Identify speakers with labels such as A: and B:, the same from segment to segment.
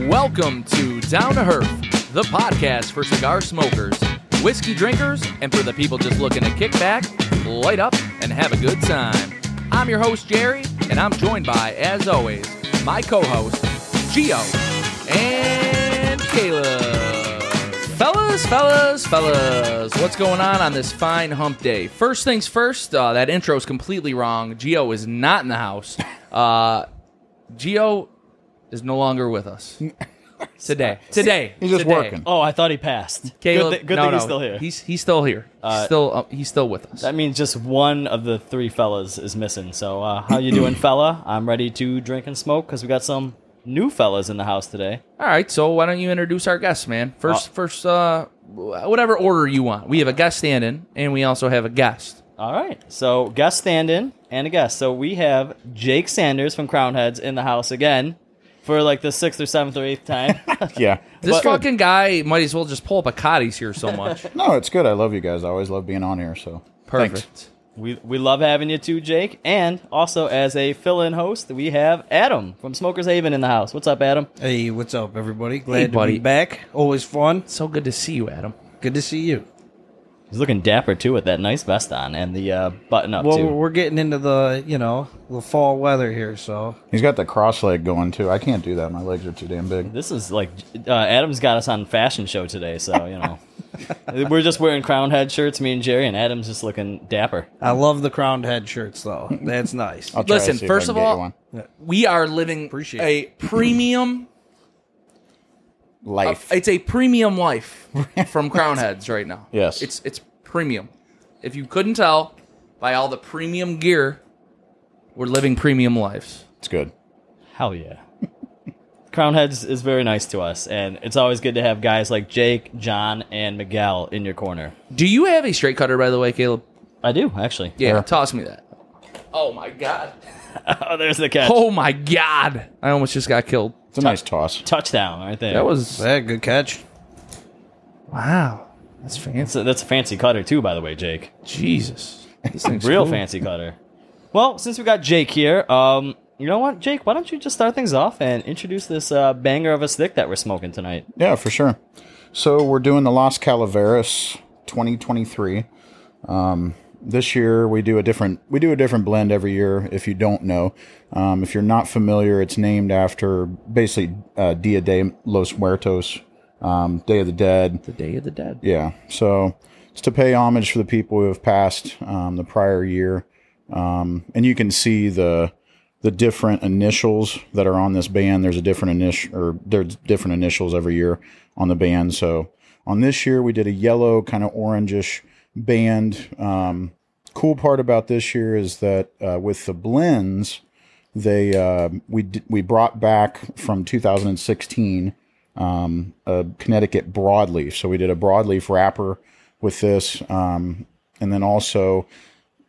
A: Welcome to Down to Herf, the podcast for cigar smokers, whiskey drinkers, and for the people just looking to kick back, light up, and have a good time. I'm your host, Jerry, and I'm joined by, as always, my co host, Gio and Caleb. Fellas, fellas, fellas, what's going on on this fine hump day? First things first, uh, that intro is completely wrong. Gio is not in the house. Uh, Gio is no longer with us today. Today,
B: He's just
A: Today.
B: working.
C: Oh, I thought he passed.
A: Caleb,
C: good thi- good
A: no,
C: thing
A: no,
C: he's still here.
A: He's he's still here. He's still uh, he's still with us.
C: that means just one of the three fellas is missing. So, uh, how you doing, fella? I'm ready to drink and smoke because we got some new fellas in the house today.
A: All right, so why don't you introduce our guests, man? First, first, uh, wh- whatever order you want. We have a guest stand-in, and we also have a guest.
C: All right. So, guest stand-in and a guest. So we have Jake Sanders from Crown Heads in the house again for like the sixth or seventh or eighth time.
B: yeah.
A: This
C: But-
A: fucking guy might as well just pull up a cotties here so much.
B: No, it's good. I love you guys. I always love being on here. So
A: Perfect.
B: Thanks.
C: we we love having you too, Jake. And also as a fill-in host, we have Adam from Smokers Haven in the house. What's up, Adam?
D: Hey, what's up, everybody? Glad to
A: buddy.
D: be back. Always fun.
A: So good to see you, Adam.
D: Good to see you.
C: He's looking dapper too with that nice vest on and the uh, button up
D: Well,
C: too.
D: we're getting into the you know the fall weather here, so
B: He's got the cross leg going too. I can't do that. My legs are too damn big.
C: This is like uh, Adam's got us on fashion show today, so you know we're just wearing crown head shirts, me and Jerry, and Adam's just looking dapper.
D: I love the crowned head shirts though. That's nice.
B: I'll try to
A: Listen,
B: see if I
A: first of
B: can get you
A: all,
B: one.
A: We are living
D: Appreciate
A: a premium.
B: life.
A: Uh, It's a premium life from Crown Heads right now.
B: Yes.
A: it's it's premium. If you couldn't tell by all the premium gear, we're living premium lives.
B: it's good.
C: Hell yeah! crown heads is very nice to us, and it's always good to have guys like Jake, John, and Miguel in your corner.
A: Do you have a straight cutter, by the way, Caleb?
C: I do actually.
A: Yeah,
B: Yeah.
A: toss me that. Oh my god.
C: Oh, there's the catch.
A: Oh my god. I almost just got killed.
B: It's a nice toss.
C: Touchdown right there.
A: That was
D: Yeah, good catch.
A: wow. That's fancy.
C: So that's a fancy cutter too, by the way, Jake.
A: Jesus. This thing's
C: Real
A: cool.
C: fancy cutter. Well, since we got Jake here, um, you know what, Jake? Why don't you just start things off and introduce this uh, banger of a stick that we're smoking tonight?
B: Yeah, for sure. So we're doing the Las Calaveras 2023. Um, this year we do a different we do a different blend every year. If you don't know, um, if you're not familiar, it's named after basically uh, Dia de los Muertos, um, Day of the Dead.
A: The Day of the Dead.
B: Yeah. So it's to pay homage for the people who have passed um, the prior year, um, and you can see the the different initials that are on this band. There's a different initial, or there's different initials every year on the band. So on this year we did a yellow, kind of orangish band. Um, cool part about this year is that uh, with the blends, they uh, we d- we brought back from 2016 um, a Connecticut broadleaf. So we did a broadleaf wrapper with this, um, and then also,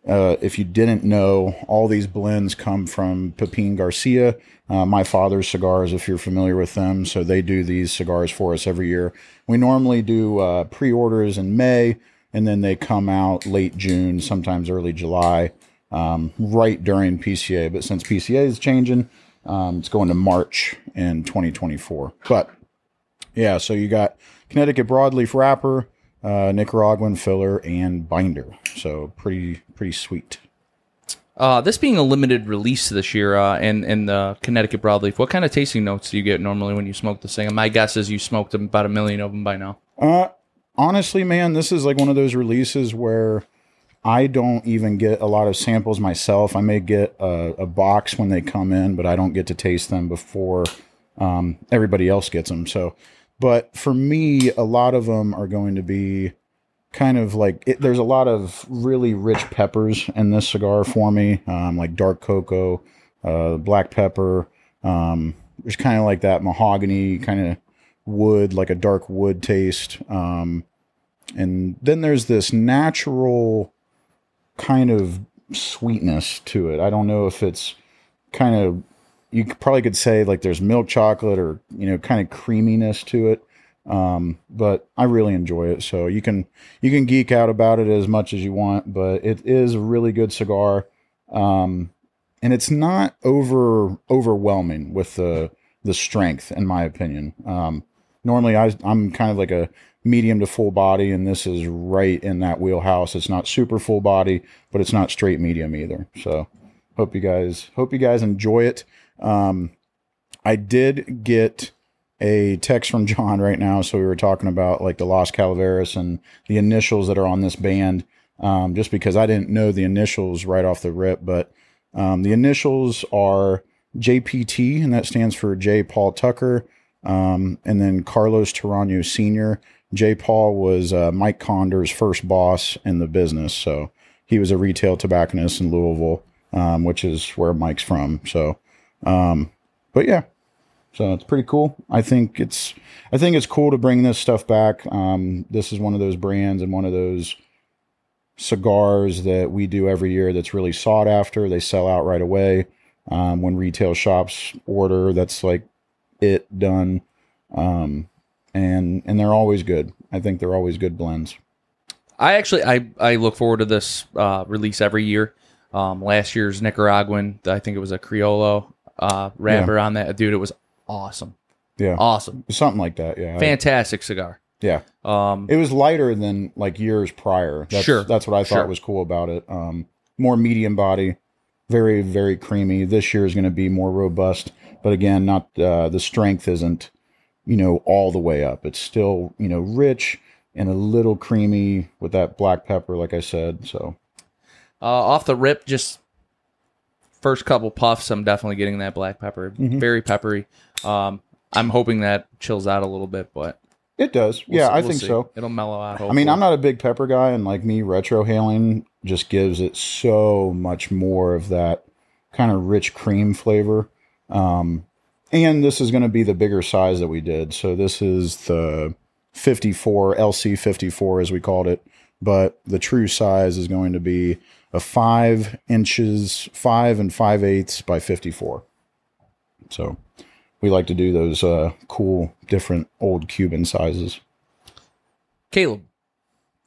B: uh, if you didn't know, all these blends come from Pepin Garcia, uh, my father's cigars. If you're familiar with them, so they do these cigars for us every year. We normally do uh, pre-orders in May, and then they come out late June, sometimes early July. Um, right during PCA, but since PCA is changing, um, it's going to March in 2024. But yeah, so you got Connecticut broadleaf wrapper, uh, Nicaraguan filler, and binder. So pretty pretty sweet.
A: Uh, this being a limited release this year, uh, and and the Connecticut broadleaf. What kind of tasting notes do you get normally when you smoke this thing? And my guess is you smoked about a million of them by now.
B: Uh, honestly, man, this is like one of those releases where I don't even get a lot of samples myself. I may get a, a box when they come in, but I don't get to taste them before um, everybody else gets them. So, but for me, a lot of them are going to be kind of like it, there's a lot of really rich peppers in this cigar for me, um, like dark cocoa, uh, black pepper. Um, there's kind of like that mahogany kind of wood, like a dark wood taste. Um, and then there's this natural kind of sweetness to it. I don't know if it's kind of you could- probably could say like there's milk chocolate or you know kind of creaminess to it. Um, but I really enjoy it. So you can you can geek out about it as much as you want, but it is a really good cigar. Um, and it's not over overwhelming with the the strength, in my opinion. Um, normally, I, I'm kind of like a medium to full body, and this is right in that wheelhouse. It's not super full body, but it's not straight medium either. So, hope you guys hope you guys enjoy it. Um, I did get a text from John right now. So we were talking about like the Los Calaveras and the initials that are on this band, um, just because I didn't know the initials right off the rip. But um, the initials are JPT, and that stands for J. Paul Tucker, um, and then Carlos Tarano Sr. J. Paul was uh, Mike Condor's first boss in the business. So he was a retail tobacconist in Louisville, um, which is where Mike's from. So, um, but yeah, so it's pretty cool. I think it's I think it's cool to bring this stuff back. Um, this is one of those brands and one of those cigars that we do every year that's really sought after. They sell out right away. Um, when retail shops order, that's like it done. Um, and and they're always good. I think they're always good blends.
E: I actually I, I look forward to this uh, release every year. Um, last year's Nicaraguan, I think it was a Criollo uh, wrapper on that. Dude, it was awesome.
B: Yeah.
E: Awesome.
B: Something like that. Yeah. I-
E: Fantastic cigar.
B: yeah.
E: Um,
B: It was lighter than like years prior. That's,
E: Sure.
B: That's what I thought
E: Sure.
B: was cool about it. Um, more medium body, very, very creamy. This year is going to be more robust, but again, not uh, the strength isn't, you know, all the way up. It's still, you know, rich and a little creamy with that black pepper, like I said. So,
E: uh, off the rip, just first couple puffs, I'm definitely getting that black pepper. Very peppery. Um, I'm hoping that chills out a little bit, but
B: it does.
E: we'll
B: yeah,
E: see-
B: I
E: we'll
B: think
E: see.
B: so.
E: It'll mellow out.
B: I mean, I'm not a big pepper guy, and like me, retrohaling just gives it so much more of that kind of rich cream flavor. Um, and this is going to be the bigger size that we did. So this is the 54 LC 54 as we called it, but the true size is going to be a five inches, five and five eighths by 54. So we like to do those uh, cool, different old Cuban sizes.
E: Caleb,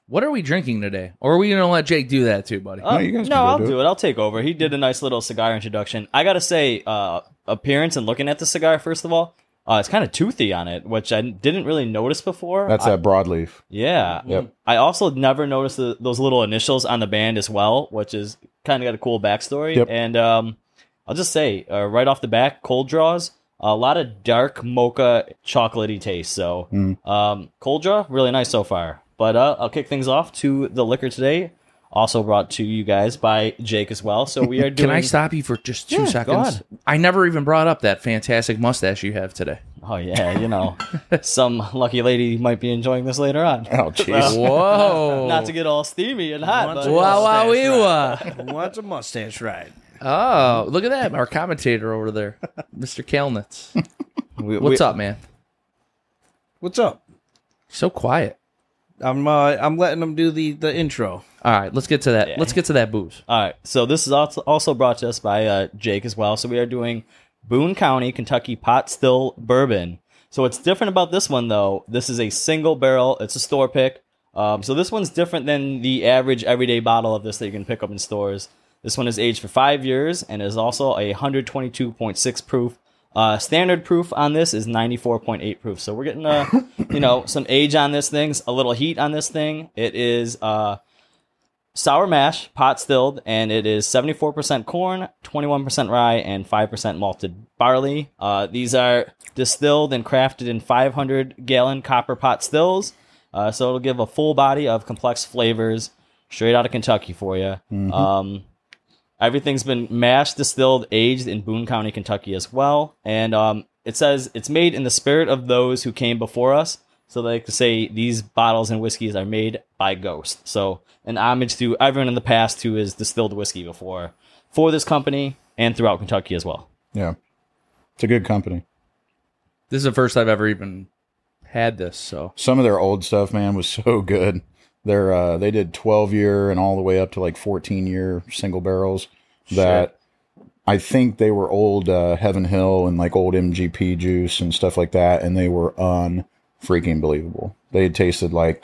E: what are we drinking today? Or are we going to let Jake do that too, buddy?
C: Uh,
B: you guys can
C: no,
B: go
C: I'll
B: do
C: do it. I'll take over. He did a nice little cigar introduction. I gotta say, uh, appearance and looking at the cigar first of all, uh, it's kind of toothy on it, which I didn't really notice before.
B: That's
C: I-
B: that broadleaf.
C: Yeah.
B: Yep.
C: I also never noticed the, those little initials on the band as well, which is kind of got a cool backstory.
B: Yep.
C: And um, I'll just say uh, right off the back, cold draws a lot of dark mocha chocolatey taste. So
E: Mm.
C: um, cold draw really nice so far. But uh, I'll kick things off to the liquor today, also brought to you guys by Jake as well. So we are doing.
E: Can I stop you for just two
C: Yeah, go
E: seconds? I never even brought up that fantastic mustache you have today.
C: Oh yeah, you know, some lucky lady might be enjoying this later on.
B: Oh, jeez.
E: Whoa.
C: Not to get all steamy and hot, but
E: Oh. Wow, wow, wee, wow.
D: What's a mustache ride?
E: Oh, look at that. Our commentator over there, Mr. Kalnitz.
C: we- we-
E: What's up, man?
D: What's up?
E: So quiet.
D: I'm uh, I'm letting them do the the intro.
E: All right, let's get to that. Let's get to that booze.
C: All right. So this is also also brought to us by uh, Jake as well. So we are doing Boone County, Kentucky pot still bourbon. So what's different about this one though? This is a single barrel. It's a store pick. Um, so this one's different than the average everyday bottle of this that you can pick up in stores. This one is aged for five years and is also a 122.6 proof. Uh, standard proof on this is 94.8 proof. So we're getting uh, you know some age on this thing, a little heat on this thing. It is uh, sour mash, pot stilled, and it is 74% corn, 21% rye, and 5% malted barley. Uh, these are distilled and crafted in 500 gallon copper pot stills. Uh, so it'll give a full body of complex flavors straight out of Kentucky for you. Um, everything's been mashed, distilled, aged in Boone County, Kentucky as well. And um, it says it's made in the spirit of those who came before us. So they like to say these bottles and whiskeys are made by ghosts. So an homage to everyone in the past who has distilled whiskey before for this company and throughout Kentucky as well.
B: Yeah. It's a good company.
E: This is the first I've ever even had this, so
B: Some of their old stuff, man, was so good. They're uh they did 12 year and all the way up to like 14 year single barrels that I think they were old uh, Heaven Hill and like old MGP juice and stuff like that and they were un freaking believable. They tasted like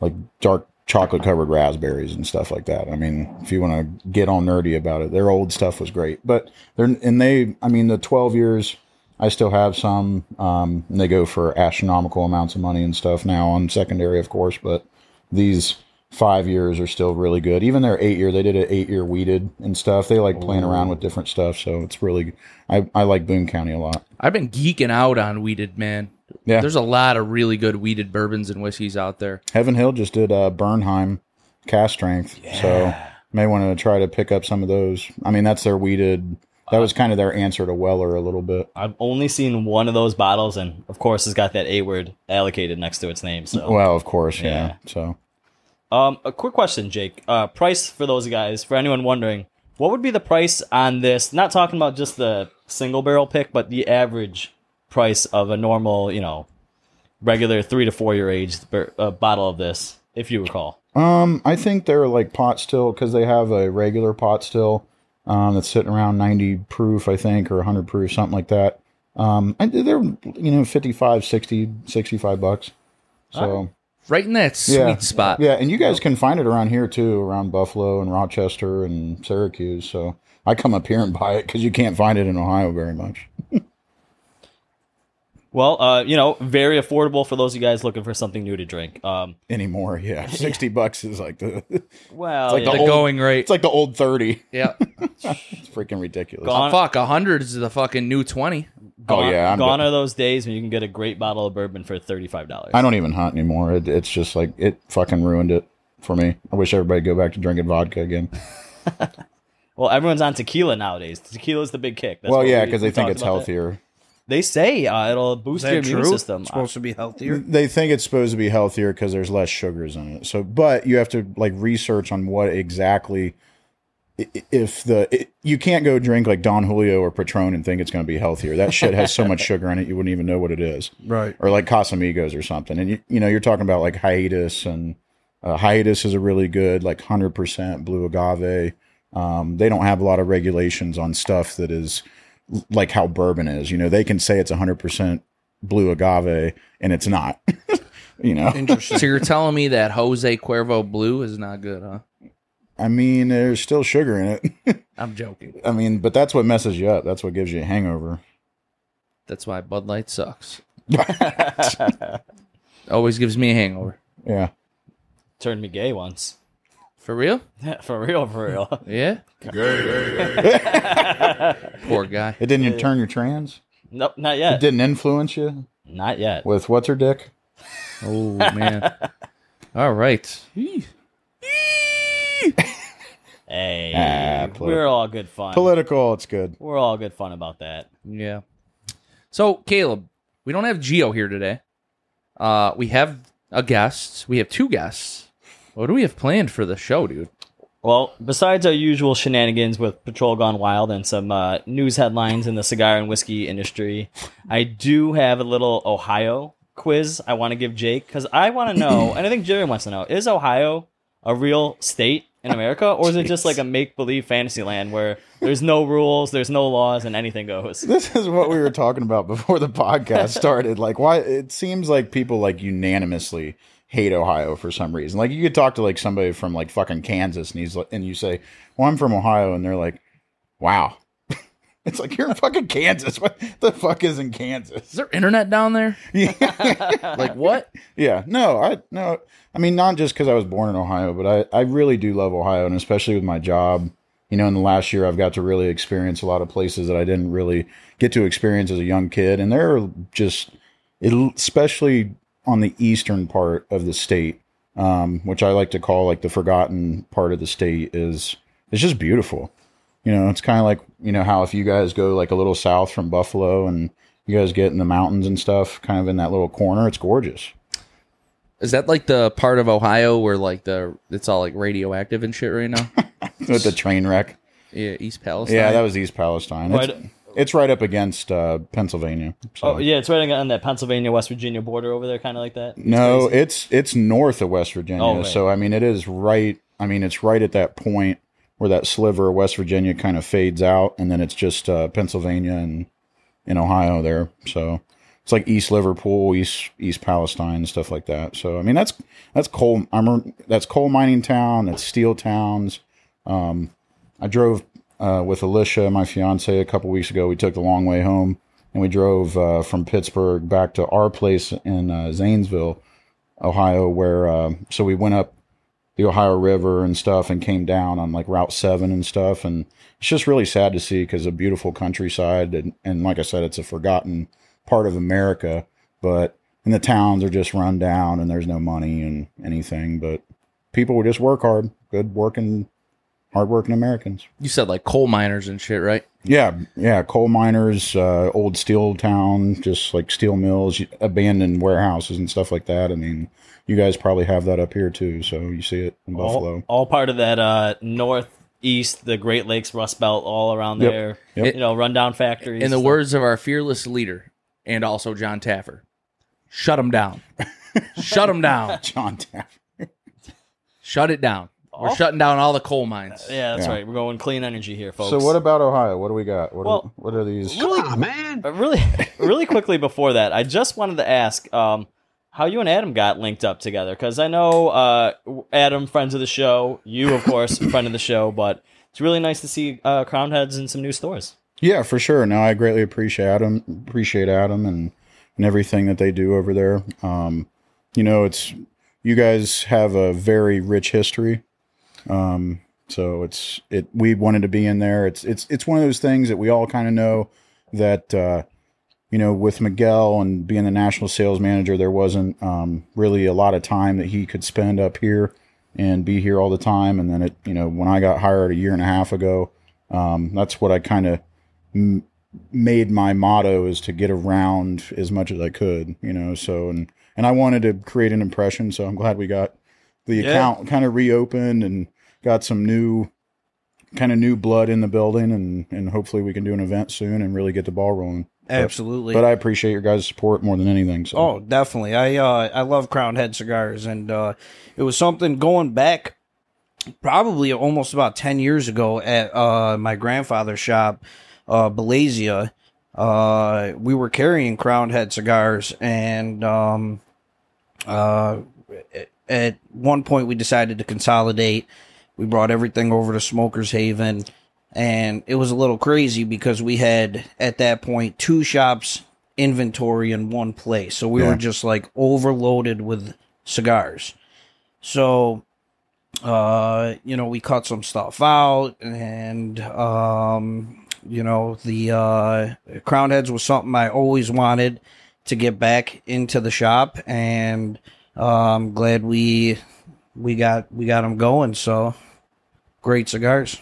B: like dark chocolate covered raspberries and stuff like that. I mean, if you want to get all nerdy about it, their old stuff was great. But they're and they I mean the 12 years I still have some. Um, and they go for astronomical amounts of money and stuff now on secondary, of course, but these five years are still really good. Even their eight year, they did an eight year weeded and stuff. They like playing around with different stuff, so it's really. I I like Boone County a lot.
E: I've been geeking out on weeded, man.
B: Yeah.
E: There's a lot of really good weeded bourbons and whiskeys out there.
B: Heaven Hill just did uh, Bernheim cast strength, so may want to try to pick up some of those. I mean, that's their weeded. That was kind of their answer to Weller a little bit.
C: I've only seen one of those bottles, and of course, it's got that A word allocated next to its name. So,
B: Well, of course, yeah.
C: oh, Yeah.
B: So
C: um, a quick question, Jake. Uh, price for those guys, for anyone wondering, what would be the price on this? Not talking about just the single barrel pick, but the average price of a normal, you know, regular three to four year age bur- uh, bottle of this, if you recall.
B: Um, I think they're like pot still because they have a regular pot still um, that's sitting around 90 proof, I think, or 100 proof, something like that. Um, and they're, you know, 55, 60, 65 bucks. So,
E: Right in that sweet
B: Yeah.
E: spot.
B: yeah, and you guys can find it around here too, around Buffalo and Rochester and Syracuse. So I come up here and buy it because you can't find it in Ohio very much.
C: Well, uh, you know, very affordable for those of you guys looking for something new to drink. Um,
B: Anymore, yeah. 60 bucks is like the, it's
C: well,
B: like
C: yeah.
E: The
B: old-
E: going rate.
B: like the old 30.
E: yeah.
B: It's freaking ridiculous.
C: Gone-
E: Fuck, a hundred is the fucking new twenty.
C: gone,
B: oh, yeah. I'm
C: gone are those days when you can get a great bottle of bourbon for thirty five dollars.
B: I don't even hunt anymore. It, it's just like it fucking ruined it for me. I wish everybody would go back to drinking vodka again.
C: Well, everyone's on tequila nowadays. Tequila's the big kick. That's
B: well,
C: what
B: yeah,
C: we-
B: because they
C: we
B: think
C: talked
B: it's
C: about that.
B: healthier.
C: They say uh, it'll boost
D: Is
C: your
D: that
C: immune
D: true?
C: system. Uh,
D: It's supposed to be healthier.
B: They think it's supposed to be healthier because there's less sugars in it. So, but you have to like research on what exactly i- i- if the it, you can't go drink like Don Julio or Patron and think it's going to be healthier. That shit has so much sugar in it you wouldn't even know what it is.
D: Right.
B: or like Casamigos or something. And you, you know, you're talking about like hiatus and uh, hiatus is a really good like hundred percent blue agave. Um, they don't have a lot of regulations on stuff that is l- like how bourbon is. You know, they can say it's hundred percent blue agave and it's not. you know,
E: So you're telling me that Jose Cuervo Blue is not good, huh?
B: I mean, there's still sugar in it.
E: I'm joking.
B: I mean, but that's what messes you up. That's what gives you a hangover.
E: That's why Bud Light sucks. Always gives me a hangover.
B: Yeah.
C: Turned me gay once.
E: For real?
C: for real, for real.
D: Hmm.
E: Yeah. Poor guy.
B: It didn't turn your trans.
C: nope, not
B: It
C: yet.
B: didn't influence you
C: Not yet.
B: with what's her dick.
E: Oh man. All right.
C: Hey,
B: Ah, polit-
C: we're all good fun.
B: Political. It's good.
C: we're all good fun about that.
E: Yeah. So Caleb, we don't have Geo here today. Uh, we have a guest. We have two guests. What do we have planned for the show, dude?
C: Well, besides our usual shenanigans with Patrol Gone Wild and some uh, news headlines in the cigar and whiskey industry, I do have a little Ohio quiz I want to give Jake because I want to know, and I think Jerry wants to know, is Ohio a real state in America, or is it just like a make believe fantasy land where there's no rules, there's no laws, and anything goes?
B: this is what we were talking about before the podcast started. Like, why it seems like people like unanimously hate Ohio for some reason. Like, you could talk to like somebody from like fucking Kansas, and he's like, and you say, "Well, I'm from Ohio," and they're like, "Wow." It's like you're in fucking Kansas. What the fuck is in Kansas?
E: Is there internet down there? like what?
B: Yeah, no, I no, I mean not just because I was born in Ohio, but I I really do love Ohio, and especially with my job. You know, in the last year, I've got to really experience a lot of places that I didn't really get to experience as a young kid, and they're just, it, especially on the eastern part of the state, um, which I like to call like the forgotten part of the state, is it's just beautiful. You know, it's kind of like you know how if you guys go like a little south from Buffalo and you guys get in the mountains and stuff, kind of in that little corner, it's gorgeous.
E: Is that like the part of Ohio where like the it's all like radioactive and shit right now?
B: with the train wreck.
E: yeah, East Palestine.
B: Yeah, that was East Palestine. It's,
C: Right.
B: it's right up against uh, Pennsylvania. So.
C: Oh, yeah, it's right on that Pennsylvania West Virginia border over there, kind of like that.
B: No, it's it's north of West Virginia.
C: Oh, right.
B: So I mean, it is right. I mean, it's right at that point where that sliver of West Virginia kind of fades out, and then it's just uh, Pennsylvania and in Ohio there. So it's like East Liverpool, East East Palestine, stuff like that. So I mean, that's that's coal. I'm that's coal mining town. That's steel towns. Um, I drove uh, with Alicia, my fiance, a couple weeks ago. We took the long way home and we drove uh, from Pittsburgh back to our place in uh, Zanesville, Ohio, where uh, so we went up the Ohio River and stuff and came down on like Route 7 and stuff. And it's just really sad to see because a beautiful countryside. And, and like I said, it's a forgotten part of America, but and the towns are just run down and there's no money and anything. But people would just work hard, good working, hardworking Americans.
A: You said like coal miners and shit, right?
B: Yeah, yeah, coal miners, uh, old steel town, just like steel mills, abandoned warehouses and stuff like that. I mean, you guys probably have that up here too, so you see it in
C: All,
B: Buffalo.
C: all part of that uh, northeast, the Great Lakes, Rust Belt, all around
B: Yep.
C: there.
B: Yep.
C: You know, rundown factories.
A: In the words of our fearless leader and also John Taffer, shut them down. shut them down.
B: John Taft.
A: Shut it down. We're
C: Oh.
A: shutting down all the coal mines.
C: Yeah, that's
B: Yeah.
C: right. We're going clean energy here, folks.
B: So what about Ohio? What do we got? What,
C: Well-
B: are, what are these?
F: Come on, man.
C: But really, really quickly before that, I just wanted to ask um, how you and Adam got linked up together because I know uh, Adam, friends of the show, you of course, friend of the show, but it's really nice to see uh, Crown Heads in some new stores.
B: Yeah, for sure. No, I greatly appreciate Adam, appreciate Adam, and and everything that they do over there. Um, you know, it's you guys have a very rich history. Um, so it's it we wanted to be in there. It's it's it's one of those things that we all kind of know that uh, you know with Miguel and being the national sales manager, there wasn't um, really a lot of time that he could spend up here and be here all the time. And then it you know when I got hired a year and a half ago, um, that's what I kind of m- made my motto is to get around as much as I could, you know. So and and I wanted to create an impression, so I'm glad we got the
C: Yeah.
B: account kind of reopened and got some new kind of new blood in the building and and hopefully we can do an event soon and really get the ball rolling.
D: Absolutely.
B: But I appreciate your guys' support more than anything. So
D: Oh, definitely. I uh, I love Crown Head cigars, and uh, it was something going back probably almost about ten years ago at uh, my grandfather's shop, uh, Belazia. Uh, we were carrying Crown Head cigars, and um, uh, at one point we decided to consolidate. We brought everything over to Smokers Haven. And it was a little crazy because we had at that point two shops inventory in one place. So we
B: Yeah.
D: were just like overloaded with cigars. So uh you know we cut some stuff out and um you know the uh crown heads was something I always wanted to get back into the shop and uh, I'm glad we we got we got them going so great cigars.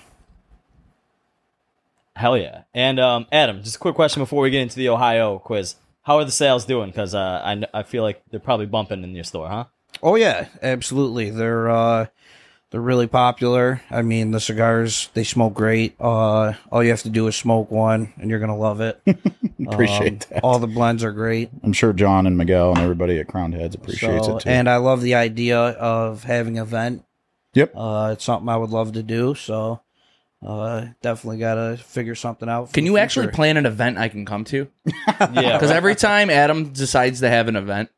C: Hell yeah! And um, Adam, just a quick question before we get into the Ohio quiz: How are the sales doing? Because uh, I kn- I feel like they're probably bumping in your store, huh?
D: Oh yeah, absolutely. They're uh they're really popular. I mean, the cigars they smoke great. Uh all you have to do is smoke one and you're going to love it.
B: appreciate
D: Um,
B: that.
D: All the blends are great.
B: I'm sure John and Miguel and everybody at Crown Heads appreciates
D: So,
B: it too.
D: and I love the idea of having an event.
B: Yep.
D: Uh it's something I would love to do, so uh definitely got to figure something out. for
A: Can
D: the
A: you actually
D: future.
A: plan an event I can come to?
C: Yeah.
A: Because every time Adam decides to have an event,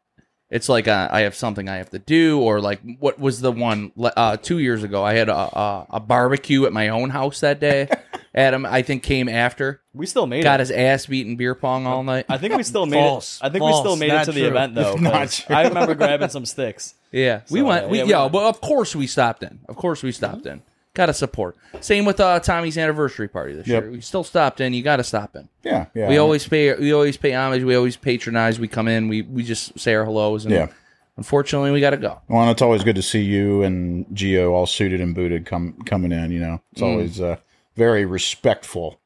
A: it's like uh, I have something I have to do, or like what was the one le- uh, two years ago? I had a, a, a barbecue at my own house that day. Adam, I think, came after,
C: we still made
A: got
C: it.
A: his ass beaten beer pong all night.
C: I think we still made
D: False.
C: it. I think we
D: False.
C: still made
D: Not
C: it to the
D: true.
C: event though.
B: Not
C: 'cause
B: true.
C: I remember grabbing some sticks.
A: Yeah, we
C: So,
A: went.
C: yeah,
A: we,
C: yeah,
A: yeah,
C: we went. Mm-hmm.
A: but of course we stopped in. Of course we stopped in. Got to support. Same with uh, Tommy's anniversary party this
B: Yep.
A: year. We still stopped in. You got to stop in.
B: yeah, yeah.
A: We always pay. We always pay homage. We always patronize. We come in. We we just say our hellos. And
B: Yeah.
A: Unfortunately, we got to go.
B: Well, and it's always good to see you and Geo all suited and booted come coming in. You know,
D: Mm.
B: it's always uh, very respectful,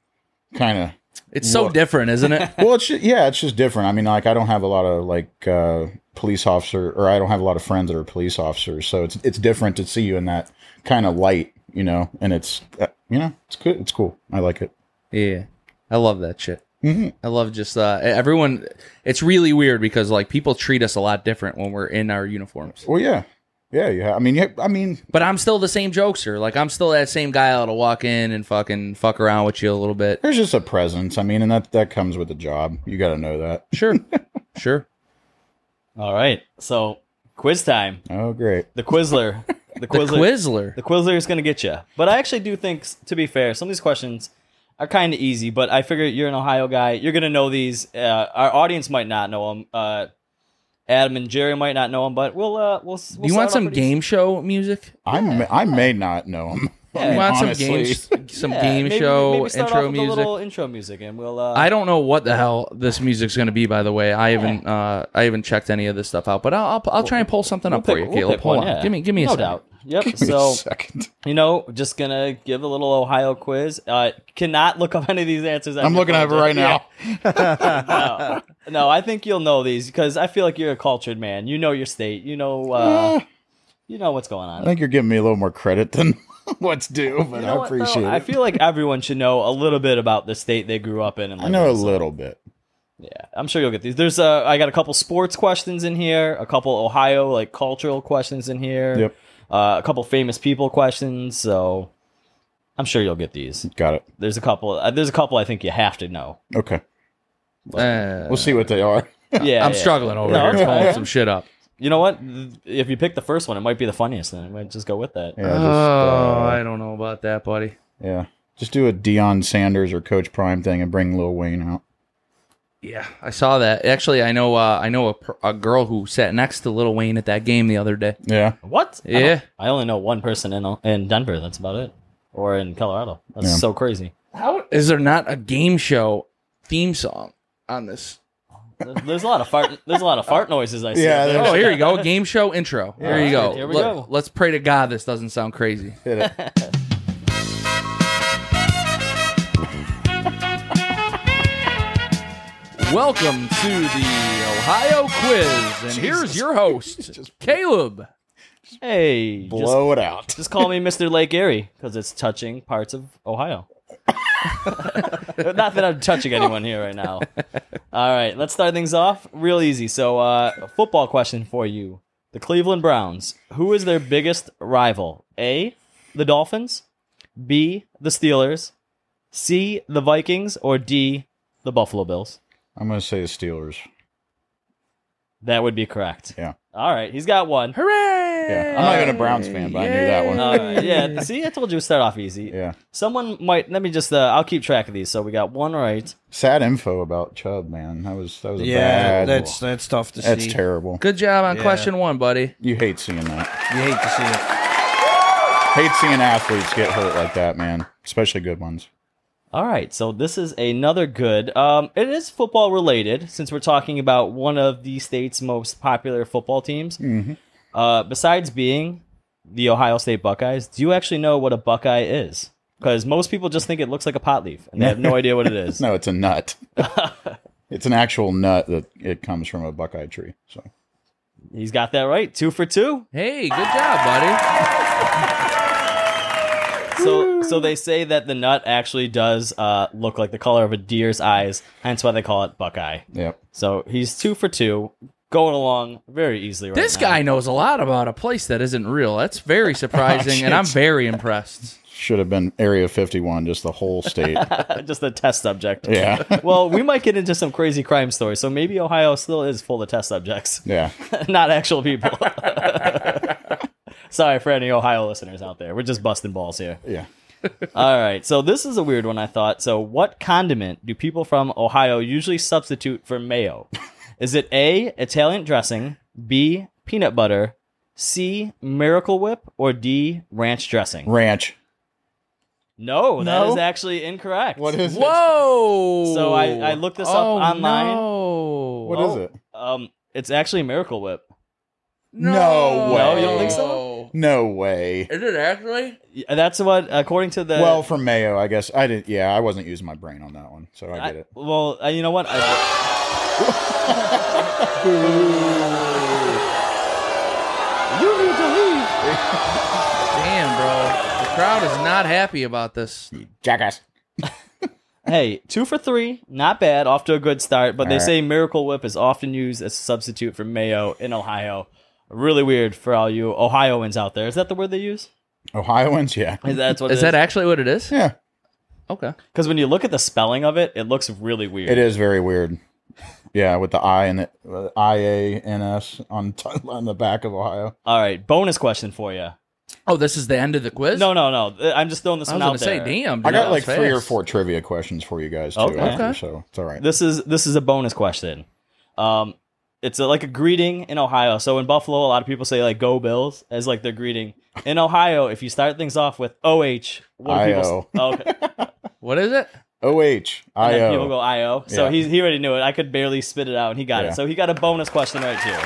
B: kind of.
A: It's so different, isn't it?
B: Well, it's just, yeah, it's just different. I mean, like I don't have a lot of like uh, police officer, or I don't have a lot of friends that are police officers, so it's it's different to see you in that kind of light, you know. And it's uh, you know, it's good, it's cool. I like it.
A: yeah, I love that shit.
B: Mm-hmm.
A: I love just uh, everyone. It's really weird because like people treat us a lot different when we're in our uniforms.
B: Well, yeah, yeah. You ha- I mean, yeah, I mean,
A: But I'm still the same jokester. Like I'm still that same guy that'll walk in and fucking fuck around with you a little bit.
B: there's just a presence. I mean, and that that comes with the job. You got to know that.
A: Sure, sure.
C: All right, so quiz time.
B: Oh, great.
C: The Quizzler. The
A: The
C: Quizzler.
A: Quizzler.
C: The Quizzler is going to get you. But I actually do think, s- to be fair, some of these questions, are kind of easy, but I figure you're an Ohio guy. You're gonna know these. Uh, our audience might not know them. Uh, Adam and Jerry might not know them, but we'll uh, we'll. s- we'll
A: you want
C: start off
A: some
C: with these.
A: game show music?
B: I may, I may not know him.
C: Yeah.
A: You
C: Hey,
A: want some
B: honestly.
A: game, some
C: Yeah,
A: game
C: maybe-
A: show
C: maybe start off
A: intro
C: with
A: music?
C: A little intro music, and we'll. Uh,
A: I don't know what the hell this music's going to be. By the way, I haven't uh, I haven't checked any of this stuff out, but I'll I'll, I'll try and pull something
C: we'll
A: up for
C: pick-
A: you,
C: we'll
A: Caleb.
C: pick
A: Hold
C: one,
A: on,
C: yeah.
A: give me give me a
C: no
A: second.
C: doubt. Yep.
B: Wait a
C: So
B: second.
C: you know, just gonna give a little Ohio quiz. Uh, cannot look up any of these answers. I
B: I'm
C: give
B: looking at it
C: Roger.
B: right now.
C: Yeah. no, no, I think you'll know these because I feel like you're a cultured man. You know your state. You know. Uh, you know what's going
B: I
C: on.
B: think you're giving me a little more credit than what's due, but
C: You know
B: I
C: what, though?
B: appreciate
C: I
B: it.
C: feel like everyone should know a little bit about the state they grew up in. And
B: I know a
C: live in.
B: little bit.
C: Yeah, I'm sure you'll get these. There's uh, I got a couple sports questions in here, a couple Ohio like cultural questions in here,
B: Yep.
C: uh, a couple famous people questions. So I'm sure you'll get these.
B: Got it.
C: There's a couple. Uh, there's a couple I think you have to know.
B: Okay.
A: Uh,
B: We'll see what they are.
C: Yeah,
A: I'm
C: yeah.
A: struggling over
C: No,
A: here.
C: it's
A: pulling
C: fine.
A: some shit up.
C: You know what? Th- If you pick the first one, it might be the funniest. Then I might just go with that.
B: Yeah,
C: Yeah,
B: just,
A: oh,
B: uh,
A: I don't know about that, buddy.
B: yeah. Just do a Dion Sanders or Coach Prime thing and bring Lil Wayne out.
A: Yeah, I saw that. Actually, I know. Uh, I know a, per- a girl who sat next to Little Wayne at that game the other day.
B: Yeah.
C: What? I don't-
A: Yeah.
C: I, only know one person in in Denver. That's about it. Or in Colorado. That's
B: Yeah.
C: so crazy.
A: How is there not a game show theme song on this?
C: There's, there's a lot of fart. There's a lot of fart noises. I see.
B: Yeah, there's-
A: Oh, here you go. Game show intro. There you
C: All
A: go.
C: right, here we
A: Let-
C: go.
A: Let's pray to God this doesn't sound crazy.
B: Hit it.
A: Welcome to the Ohio Quiz, and here's your host, Caleb.
C: hey, just
B: Blow it out.
C: Just call me Mr. Lake Erie because it's touching parts of Ohio. Not that I'm touching anyone here right now. All right, let's start things off real easy. So, uh, a football question for you: The Cleveland Browns. Who is their biggest rival? A. The Dolphins. B. The Steelers. C. The Vikings. Or D. The Buffalo Bills.
B: I'm going to say the Steelers.
C: That would be correct.
B: Yeah.
C: All right, he's got one.
A: Hooray!
B: Yeah. I'm not even a Browns fan, but I knew that one.
C: All right, yeah. See, I told you to start off easy.
B: Yeah.
C: Someone might. Let me just. Uh, I'll keep track of these. So we got one right.
B: Sad info about Chubb, man. That was that was a
D: Yeah,
B: bad.
D: that's that's tough to
B: that's
D: see.
B: terrible.
A: Good job on
D: Yeah.
A: question one, buddy.
B: You hate seeing that.
D: You hate to see it.
B: Hate seeing athletes get hurt like that, man. Especially good ones.
C: All right. So this is another good. Um, it is football related since we're talking about one of the state's most popular football teams.
B: Mhm.
C: Uh, besides being the Ohio State Buckeyes, do you actually know what a Buckeye is? Because most people just think it looks like a pot leaf, and they have no idea what it is.
B: No, it's a nut. it's an actual nut that it comes from a buckeye tree. So
C: He's got that right. Two for two.
A: Hey, good job, buddy.
C: So, so they say that the nut actually does uh, look like the color of a deer's eyes. Hence why they call it Buckeye.
B: yep.
C: So he's two for two, going along very easily right
A: This
C: now.
A: guy knows a lot about a place that isn't real. That's very surprising, and I'm very impressed.
B: Should have been Area 51, just the whole state.
C: just a test subject.
B: yeah.
C: Well, we might get into some crazy crime stories, so maybe Ohio still is full of test subjects,
B: Yeah.
C: not actual people. Sorry for any Ohio listeners out there. We're just busting balls here.
B: Yeah.
C: All right. So this is a weird one I thought. So what condiment do people from Ohio usually substitute for mayo? Is it A, Italian dressing, B, peanut butter, C, Miracle Whip, or D, ranch dressing?
B: Ranch.
C: No, that
B: No?
C: is actually incorrect.
B: is
A: Whoa!
C: So I- I looked this up
A: Oh,
C: online.
A: No.
B: What
C: Oh.
B: is it?
C: Um, it's actually Miracle Whip.
B: No way. No, you don't think
A: so?
B: No way.
A: Is it actually?
C: Y- uh, That's what, according to the.
B: well, for mayo, I guess I didn't. Yeah, I wasn't using my brain on that one, so I
C: I-
B: get it.
C: well, uh, you know what? I, you need to leave.
A: Damn, bro. The crowd is not happy about this.
B: Jackass.
C: Hey, two for three, not bad, off to a good start. But they
B: All right.
C: say Miracle Whip is often used as a substitute for mayo in Ohio. Really weird for all you Ohioans out there. Is that the word they use?
B: Ohioans, yeah,
C: Is that's what
A: Is that actually what it is?
B: yeah.
A: Okay.
C: Because when you look at the spelling of it, it looks really weird.
B: It is very weird. Yeah, with the I and the I A N S on t- on the back of Ohio.
C: All right, bonus question for you.
A: Oh, this is the end of the quiz.
C: No, no, no. Th- I'm just throwing this
A: I was
C: one
A: gonna
C: out
A: say,
C: there.
A: damn. dude,
B: I
A: that
B: got like
A: was
B: three or
A: fast.
B: four trivia questions for you guys too.
C: Okay.
B: After,
A: Okay.
B: so it's all right.
C: This is this is a bonus question. Um, it's a, like a greeting in Ohio. So in Buffalo, a lot of people say like "Go Bills" as like their greeting. In Ohio, if you start things off with "OH," what do people? s- Oh, Okay, and
A: What is it?
B: O H I
C: then people
B: O.
C: go "IO." So
B: Yeah.
C: he's he already knew it. I could barely spit it out, and he got
B: Yeah.
C: it. So he got a bonus question right here.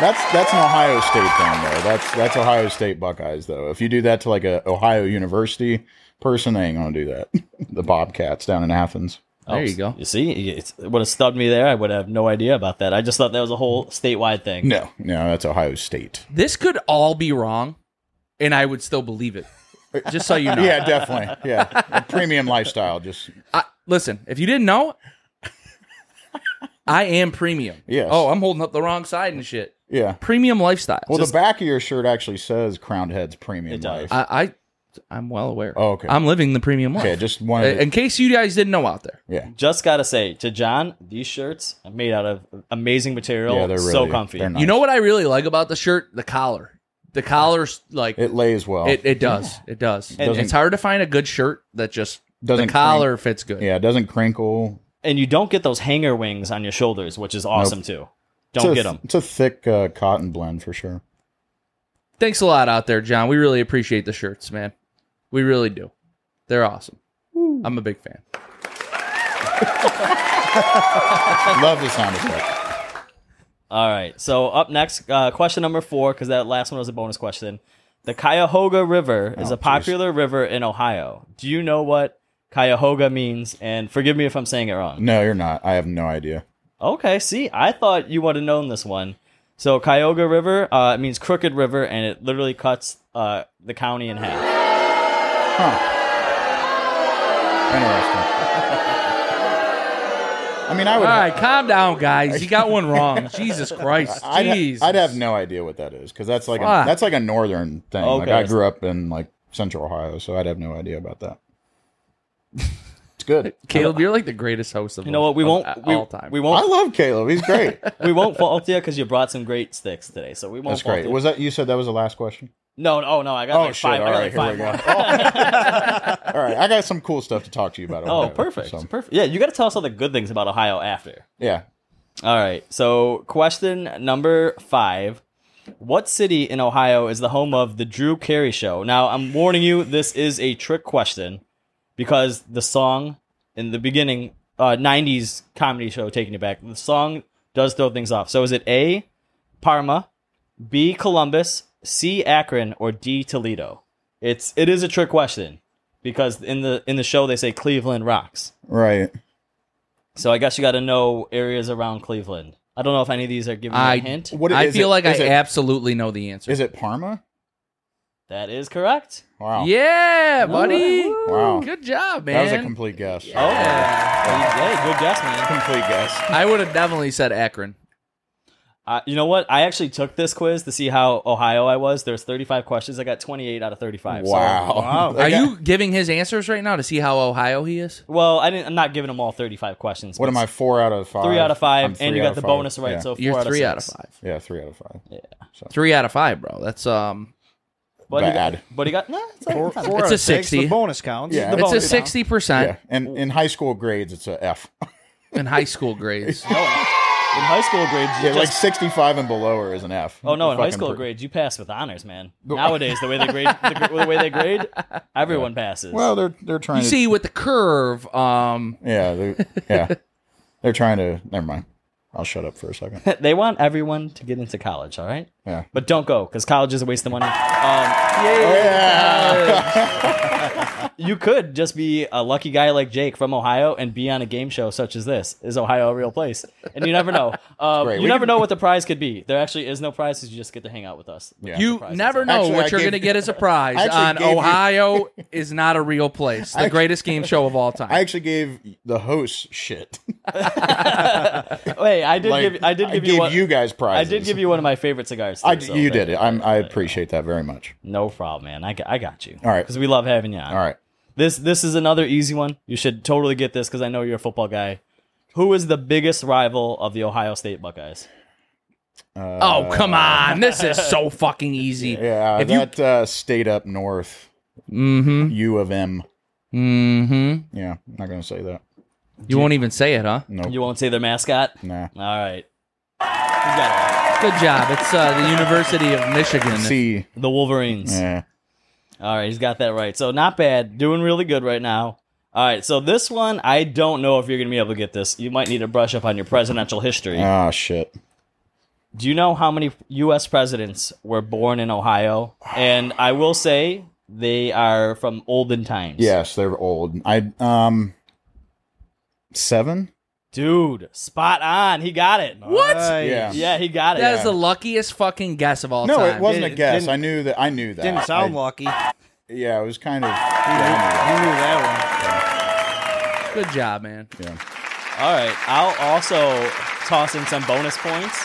B: That's that's an Ohio State thing though. That's that's Ohio State Buckeyes though. If you do that to like a Ohio University person, they ain't gonna do that. the Bobcats down in Athens.
A: There you
B: Oh.
A: go.
C: You see, it's, it would have stubbed me there. I would have no idea about that. I just thought that was a whole statewide thing.
B: No, no, that's Ohio State.
A: This could all be wrong, and I would still believe it. Just so you know.
B: Yeah, definitely. Yeah, A premium lifestyle. Just
A: I, listen, if you didn't know, I am premium.
B: Yes.
A: Oh, I'm holding up the wrong side and shit.
B: yeah.
A: Premium lifestyle.
B: Well, the back of your shirt actually says Crowned Heads Premium
C: It does.
B: Life.
A: I, I I'm well aware.
B: Oh, okay.
A: I'm living the premium life.
B: okay, just wanted.
A: In- In case you guys didn't know out there.
B: to, yeah,
C: Just gotta say to John, these shirts are made out of amazing material.
B: yeah, they're really
C: so comfy.
B: they're nice.
A: You know what I really like about the shirt? The collar. The collar's like
B: It
A: it
B: lays well.
A: it, does. It does.
B: Doesn't-
A: it's hard to find a good shirt that just
B: Doesn't
A: the collar fits good.
B: yeah, it doesn't crinkle.
C: and you don't get those hanger wings on your shoulders, which is awesome too. Don't
B: it's a,
C: get them.
B: It's a thick uh, cotton blend for sure.
A: Thanks a lot out there, John. We really appreciate the shirts, man. We really do. They're awesome. I'm a big fan.
B: Love the sound effect.
C: All right. So up next, uh, question number four, because that last one was a bonus question. The Cuyahoga River is a popular river in Ohio. Do you know what Cuyahoga means? And forgive me if I'm saying it wrong.
B: No, you're not. I have no idea.
C: Okay, see, I thought you would have known this one. So Cuyahoga River, uh, it means crooked river, and it literally cuts uh, the county in half.
B: Interesting. I mean, I would.
A: All right, calm down, guys. You got one wrong. Jesus Christ.
C: Ah,
B: I'd,
A: Jeez.
B: I'd have no idea what that is because that's like a,
A: Fuck.
B: that's like a northern thing. Like
C: Okay.
B: I grew up in like central Ohio, so I'd have no idea about that. It's good.
A: Caleb, you're like the greatest host of
C: You know what? We
A: of
C: won't.
A: all
C: We,
A: time.
C: we
B: I
C: won't.
B: love Caleb. He's great.
C: we won't fault you because you brought some great sticks today. So we won't.
B: That's
C: fault
B: great.
C: you.
B: Was that you said that was the last question?
C: no, oh, no, no. I got
B: Oh,
C: like five. I got like five more.
B: go. all right, I got some cool stuff to talk to you about.
C: Oh,
B: Ohio,
C: perfect,
B: so,
C: perfect. Yeah, you got to tell us all the good things about Ohio after.
B: yeah,
C: All right. So, question number five. What city in Ohio is the home of the Drew Carey Show? Now, I'm warning you, this is a trick question because the song in the beginning, uh, 90s comedy show, Taking It Back, the song does throw things off. So, is it A, Parma, B, Columbus, C, Akron, or D, Toledo? It's it is a trick question because in the in the show they say Cleveland rocks.
B: right.
C: So I guess you got to know areas around Cleveland. I don't know if any of these are giving you
A: I-
C: a hint.
B: What
A: I
B: is
A: feel
B: it-
A: like I
B: is it-
A: absolutely know the answer.
B: Is it Parma?
C: That is correct.
B: Wow.
A: Yeah, buddy.
B: Wow.
A: Good job,
B: That was
A: man.
B: a complete guess.
C: Oh, yeah. Hey, good guess, man.
B: Complete guess.
A: I would have definitely said Akron.
C: Uh, you know what? I actually took this quiz to see how Ohio I was. There's 35 questions. I got 28 out of 35. so-
B: Wow.
A: Are
B: That guy-
A: you giving his answers right now to see how Ohio he is?
C: well, I didn't. I'm not giving them all 35 questions.
B: What
C: but
B: am I? Four out of five.
C: Three out of
B: I'm
C: five,
B: three
C: and you
B: out
C: got
B: of
C: the
B: five.
C: bonus right.
B: Yeah.
C: So four
A: You're
C: out of
A: three
C: six.
A: out of five.
B: yeah, three out of five.
A: Three out of five, bro. That's um,
C: But he got,
B: Bad.
C: but he got. Nah, it's all right.
D: Four, four
A: It's
D: out
A: a
D: of six,
A: 60.
D: The bonus counts.
B: Yeah.
D: The
A: it's a
D: bonus counts.
A: sixty
B: Yeah,
A: percent
B: and in high school grades, it's a F.
A: in high school grades.
C: in high school grades. You
B: Yeah, like
C: just,
B: sixty-five and below or is an F.
C: oh no, in high
B: Fucking
C: school
B: pr-
C: grades you pass with honors, man. Nowadays, the way they grade, the, gr- the way they grade, everyone passes.
B: Well, they're they're trying
A: You
B: to.
A: see, with the curve, um,
B: yeah, they're, yeah, they're trying to. Never mind. I'll shut up for a second.
C: they want everyone to get into college, all right?
B: Yeah.
C: But don't go because college is a waste of money. Um, Oh,
B: yeah.
C: You could just be a lucky guy like Jake from Ohio and be on a game show such as this. Is Ohio a real place? And you never know. Um,
B: great.
C: you
B: We
C: never
B: can-
C: know what the prize could be. There actually is no prize. 'cause You just get to hang out with us.
B: Yeah.
A: you
C: Surprises.
A: never know
B: Actually,
A: what
B: I
A: you're going
B: gave-
A: to get as a prize
B: I actually
A: on
B: gave you-
A: Ohio is not a real place. The
B: Actu-
A: greatest game show of all time.
B: I actually gave the host shit.
C: Wait, I did
B: Like,
C: give I did give you one.
B: guys
C: I
B: prizes.
C: did give you one of my favorite cigars.
B: I,
C: too, so
B: you
C: there-
B: did it. I'm, I appreciate that very much.
C: No problem, man. I got, I got you.
B: All right.
C: because we love having you on.
B: All right.
C: This this is another easy one. You should totally get this because I know you're a football guy. Who is the biggest rival of the Ohio State Buckeyes?
B: Uh,
A: Oh, come on. This is so fucking easy.
B: Yeah,
A: If you-
B: that uh, state up north,
A: Mm
B: U of M.
A: hmm. Mm hmm.
B: Yeah, I'm not gonna say that.
A: You won't even say it, huh?
B: No,
C: You won't say their mascot?
B: nah.
C: All right. You got
A: Good job. It's uh, the University of Michigan.
B: C.
C: it. The Wolverines.
B: Yeah.
C: All right, he's got that right. So not bad. Doing really good right now. All right, so this one, I don't know if you're going to be able to get this. You might need to brush up on your presidential history.
B: Ah, shit.
C: Do you know how many U.S. presidents were born in Ohio? And I will say they are from olden times.
B: Yes, they're old. I um. Seven.
C: Dude, spot on. He got it.
A: What?
B: Yeah.
C: Yeah, he got it.
A: That is the luckiest fucking guess of all
B: No,
A: time.
B: it wasn't
D: It
B: a guess.
D: didn't-
B: I knew that. I knew that.
D: Didn't sound
B: I-
D: lucky. You knew,
B: Yeah, it was kind of.
D: you knew that
A: Good job, man.
C: All right, I'll also toss in some bonus points,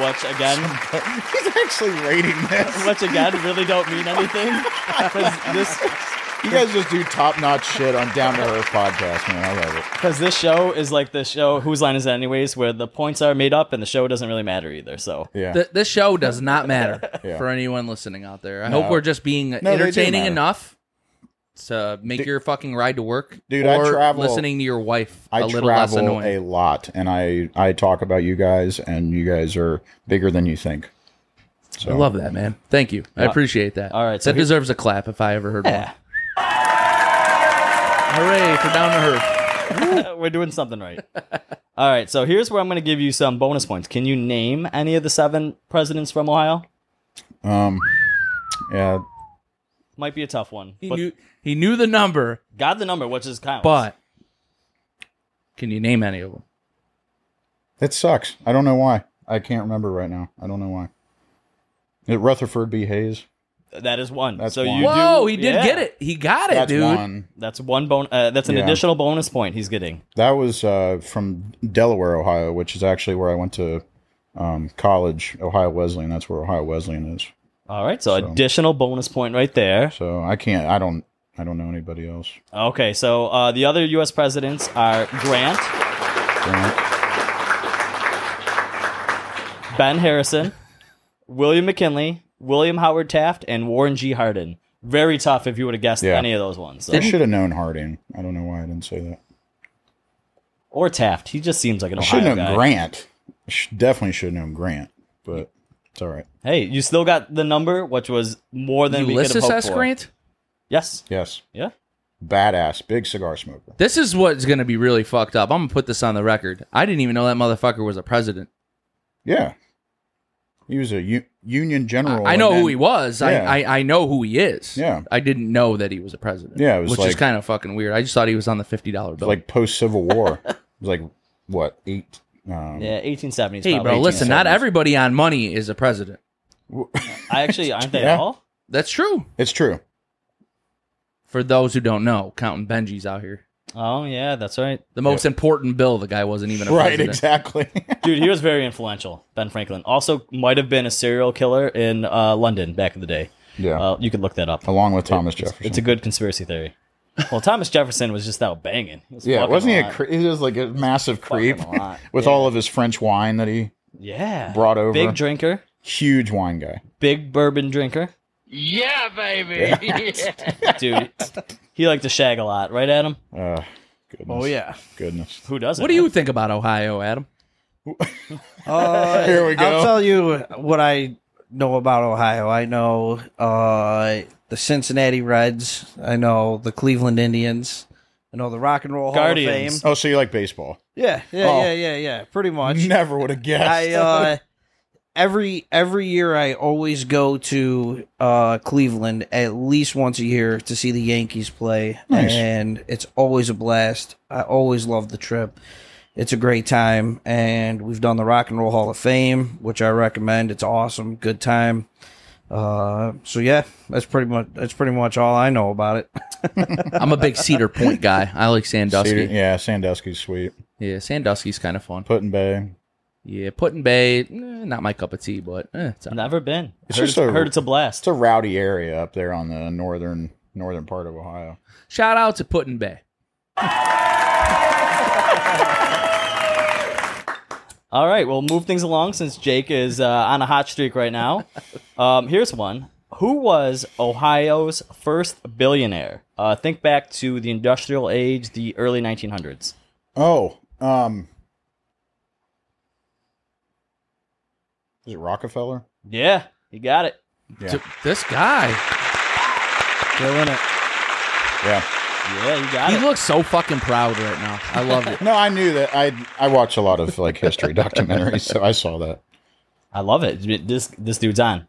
C: which again,
B: He's actually rating this.
C: which again really don't mean anything. 'Cause this,
B: You guys just do top notch shit on Down to Earth podcast, man. I love it.
C: Because this show is like the show Whose Line Is It Anyways, where the points are made up and the show doesn't really matter either. So
B: Yeah.
A: Th- this show does not matter
B: Yeah.
A: for anyone listening out there. I
B: No.
A: hope we're just being
B: do
A: entertaining
B: matter.
A: enough to make your fucking ride to work.
B: Dude, I
A: or
B: travel-
A: listening to your wife a
B: I
A: little less
B: travel
A: annoying.
B: a lot, and I I talk about you guys, and you guys are bigger than you think. So
A: I love that, man. Thank you. I appreciate that.
C: all right, so
A: that
C: here-
A: deserves a clap if I ever heard
C: yeah,
A: one. Hooray for down to earth.
C: we're doing something right. All right, so here's where I'm going to give you some bonus points. Can you name any of the seven presidents from Ohio?
B: Um, yeah,
C: Might be a tough one.
A: He
C: but
A: knew he knew the number,
C: got the number, which is kind of.
A: but can you name any of them?
B: it sucks. I don't know why. I can't remember right now. I don't know why. Is it Rutherford B. Hayes.
C: that is one.
B: That's
C: so
B: one.
C: you
A: Whoa,
C: do-
A: he did
C: yeah.
A: get it. He got it,
B: That's
A: dude.
B: one.
C: That's one bon- uh, That's an
B: Yeah.
C: additional bonus point he's getting.
B: That was uh, from Delaware, Ohio, which is actually where I went to um, college, Ohio Wesleyan. That's where Ohio Wesleyan is.
C: All right, so,
B: So-
C: additional bonus point right there.
B: So I can't. I don't. I don't know anybody else.
C: Okay, so uh, the other U.S. presidents are Grant,
B: Grant,
C: Ben Harrison, William McKinley, William Howard Taft, and Warren G. Hardin. Very tough if you would have guessed
B: Yeah.
C: any of those ones. So-
B: I should have known Harding. I don't know why I didn't say that.
C: Or Taft. He just seems like an
B: I should
C: Ohio
B: have
C: guy.
B: known Grant. Sh- Definitely should have known Grant, but it's all right.
C: Hey, you still got the number, which was more than we could have
A: Ulysses
C: hoped
A: S.
C: for.
A: Grant?
C: Yes.
B: Yes,
C: Yeah.
B: badass, big cigar smoker.
A: This is what's going to be really fucked up. I'm going to put this on the record. I didn't even know that motherfucker was a president.
B: Yeah, he was a u- Union general.
A: I
B: and
A: know who
B: then-
A: he was.
B: Yeah.
A: I, I I know who he is.
B: Yeah.
A: I didn't know that he was a president.
B: Yeah, it was
A: which is
B: like-
A: kind of fucking weird. I just thought he was on the fifty dollar bill.
B: Like post Civil War, it was like what eight? Um,
C: Yeah, 1870s.
A: hey,
C: probably.
A: bro, listen. Not
B: 1870s.
A: everybody on money is a president.
C: I actually aren't they
B: Yeah.
C: all?
A: That's true.
B: It's true.
A: For those who don't know, counting Benji's out here.
C: Oh yeah, that's right,
A: The most important bill, the guy wasn't even a
B: Right,
A: president.
B: exactly.
C: dude. He was very influential. Ben Franklin also might have been a serial killer in uh, London back in the day.
B: yeah,
C: Uh, you could look that up.
B: along with Thomas Jefferson.
C: It's a good conspiracy theory. Well, Thomas Jefferson was just out banging. He was
B: yeah,
C: fucking
B: wasn't he? A
C: lot.
B: cre- he was like a massive creep
C: a lot,
B: with
C: yeah.
B: all of his French wine that he
C: Yeah.
B: brought over.
C: Big drinker,
B: huge wine guy.
C: big bourbon drinker. Yeah, baby. Dude, he liked to shag a lot, right, Adam?
B: Uh, goodness.
D: one. Oh yeah.
B: goodness.
C: Who doesn't?
A: What do you think about Ohio, Adam?
D: Uh,
B: Here we go.
D: I'll tell you what I know about Ohio. I know uh, the Cincinnati Reds. I know the Cleveland Indians. I know the Rock and Roll Hall
C: Guardians.
D: of Fame.
B: Oh, so you like baseball?
D: Yeah, yeah,
B: Oh.
D: yeah, yeah, yeah. Pretty much.
B: Never would have guessed.
D: I uh, every every year I always go to uh, Cleveland at least once a year to see the Yankees play,
B: Nice.
D: and it's always a blast. I always love the trip. It's a great time, and we've done the Rock and Roll Hall of Fame, which I recommend. It's awesome, good time. Uh, so yeah, that's pretty much that's pretty much all I know about it.
A: I'm a big Cedar Point guy. I like Sandusky.
B: Cedar- yeah, Sandusky's sweet.
A: Yeah, Sandusky's kind of fun.
B: Put in Bay.
A: Yeah, Put in Bay, eh, not my cup of tea, but eh, it's all right.
C: Never been.
B: It's
C: heard,
B: just
C: it's,
B: a-
C: heard it's a
B: It's
C: blast.
B: a rowdy area up there on the northern northern part of Ohio.
A: Shout out to Put in Bay.
C: All right, we'll move things along since Jake is uh, on a hot streak right now. Um, here's one. Who was Ohio's first billionaire? Uh, think back to the industrial age, the early 1900s.
B: Oh, um, is it Rockefeller?
C: Yeah, you got it.
B: Yeah.
A: Th- This guy,
D: Killing it.
B: Yeah.
C: Yeah, you got
A: he
C: it.
A: looks so fucking proud right now. I love it.
B: No, I knew that. I I watch a lot of like history documentaries, so I saw that.
C: I love it. This this dude's on.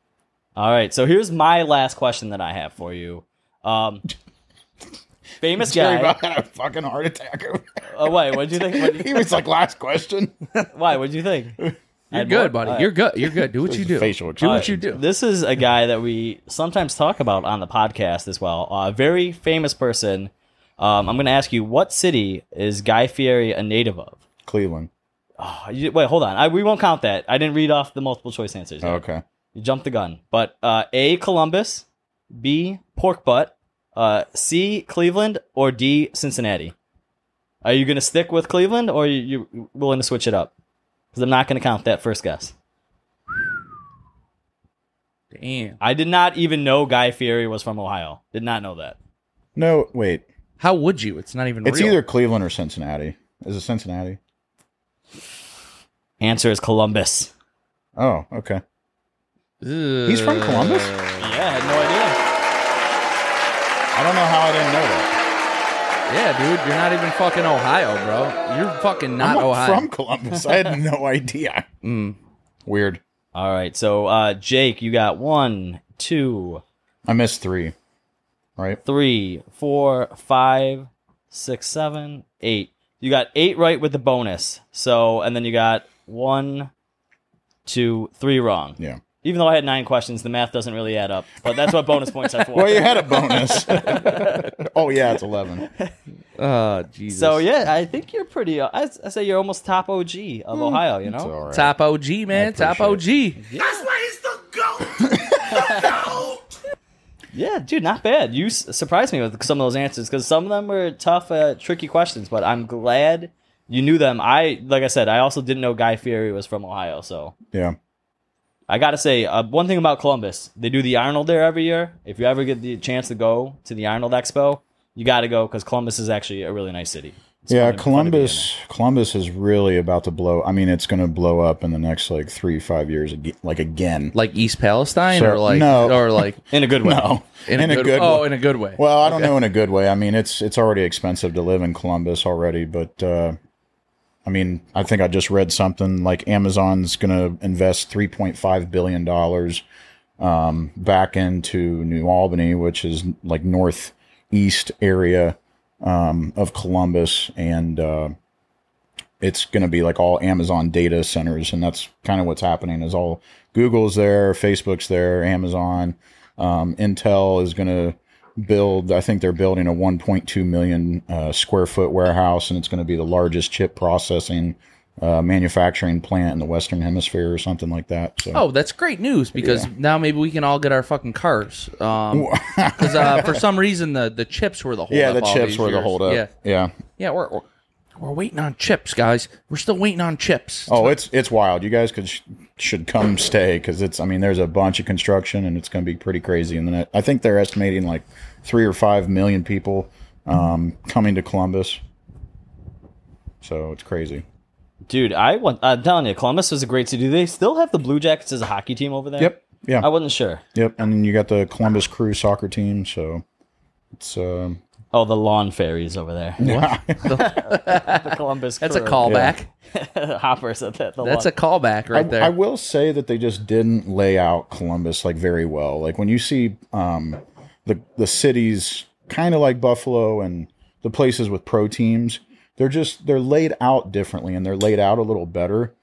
C: All right, so here's my last question that I have for you. Um, famous
B: Jerry
C: guy.
B: Bob had a fucking heart attack. over there.
C: Oh, wait, what do you think? What'd
B: he was like, last question.
C: you- Why? What do you think? uh,
A: You're good, buddy. You're good. You're good. Do what you do.
B: Facial
A: Do what
B: expression.
A: you do.
C: This is a guy that we sometimes talk about on the podcast as well. A very famous person. Um, I'm going to ask you, what city is Guy Fieri a native of?
B: Cleveland.
C: Oh, you, wait, hold on. I, we won't count that. I didn't read off the multiple choice answers. yet.
B: Okay.
C: You jumped the gun. But uh, A, Columbus, B, Pork Butt, uh, C, Cleveland, or D, Cincinnati? Are you going to stick with Cleveland or are you, you willing to switch it up? Because I'm not going to count that first guess.
A: Damn.
C: I did not even know Guy Fieri was from Ohio. Did not know that.
B: No, wait.
A: How would you? It's not even.
B: It's
A: real.
B: either Cleveland or Cincinnati. Is it Cincinnati?
C: Answer is Columbus.
B: Oh, okay.
A: either.
B: He's from Columbus?
C: Yeah, I had
B: I don't know how I didn't know that.
A: Yeah, dude. You're not even fucking Ohio, bro. You're fucking not,
B: I'm
A: Ohio.
B: from Columbus. I had no idea.
A: Mm.
B: Weird.
C: no idea. All right, so uh, Jake, you got one, two,
B: I missed three. Right?
C: three, four, five, six, seven, eight. You got eight right with the bonus. So, and then you got one, two, three wrong.
B: Yeah.
C: Even though I had nine questions, the math doesn't really add up. But that's what bonus points are for.
B: Well, you had a bonus. oh yeah, it's eleven.
A: Oh Jesus.
C: so yeah, I think you're pretty. Uh, I, I say you're almost top OG of Ohio. You know.
B: Mm, It's all right.
A: Top OG, man. Top OG.
C: Yeah, dude, not bad. You s- surprised me with some of those answers because some of them were tough, uh, tricky questions. But I'm glad you knew them. I, like I said, I also didn't know Guy Fieri was from Ohio. So
B: Yeah.
C: I gotta say, uh, one thing about Columbus, they do the Arnold there every year. If you ever get the chance to go to the Arnold Expo, you gotta go because Columbus is actually a really nice city. It's
B: yeah,
C: fun to- fun to be in there.
B: Columbus. Columbus is really about to blow. I mean, it's going to blow up in the next like three, five years, ag- like again.
A: Like East Palestine,
B: Sir,
A: or like,
B: no.
A: or like
C: in a good way.
B: No,
A: in, a, good, Oh, in a good way.
B: Well, I don't know in a good way. I mean, it's it's already expensive to live in Columbus already, but uh, I mean, I think I just read something like Amazon's going to invest three point five billion dollars um, back into New Albany, which is like northeast area um, of Columbus, and uh, it's going to be like all Amazon data centers, and that's kind of what's happening. Is all Google's there, Facebook's there, Amazon, um, Intel is going to build i think they're building a 1.2 million uh, square foot warehouse and it's going to be the largest chip processing uh, manufacturing plant in the western hemisphere or something like that so
A: Oh, that's great news because now maybe we can all get our fucking cars. Um 'cause because uh, for some reason the the chips were the hold
B: yeah
A: up
B: the
A: all
B: chips
A: these
B: were the
A: years.
B: holdup
A: Yeah,
B: yeah, yeah.
A: yeah, we're, we're we're waiting on chips, guys. We're still waiting on chips.
B: oh it's it's wild you guys could sh- should come stay because it's i mean there's a bunch of construction and it's going to be pretty crazy and then I- i think they're estimating like three or five million people um, coming to columbus so it's crazy
C: Dude, I want. I'm telling you, Columbus was a great city. Do they still have the Blue Jackets as a hockey team over there?
B: yep yeah
C: I wasn't sure.
B: Yep, and then you got the Columbus Crew soccer team, so it's um
C: Oh, the lawn fairies over there. the Columbus.
A: That's a
C: Crew.
A: callback.
C: Hopper said that. The
A: That's a
C: lawn-
A: callback right there.
B: I will say that they just didn't lay out Columbus like very well. Like when you see um, the the cities kind of like Buffalo and the places with pro teams, they're just they're laid out differently and they're laid out a little better.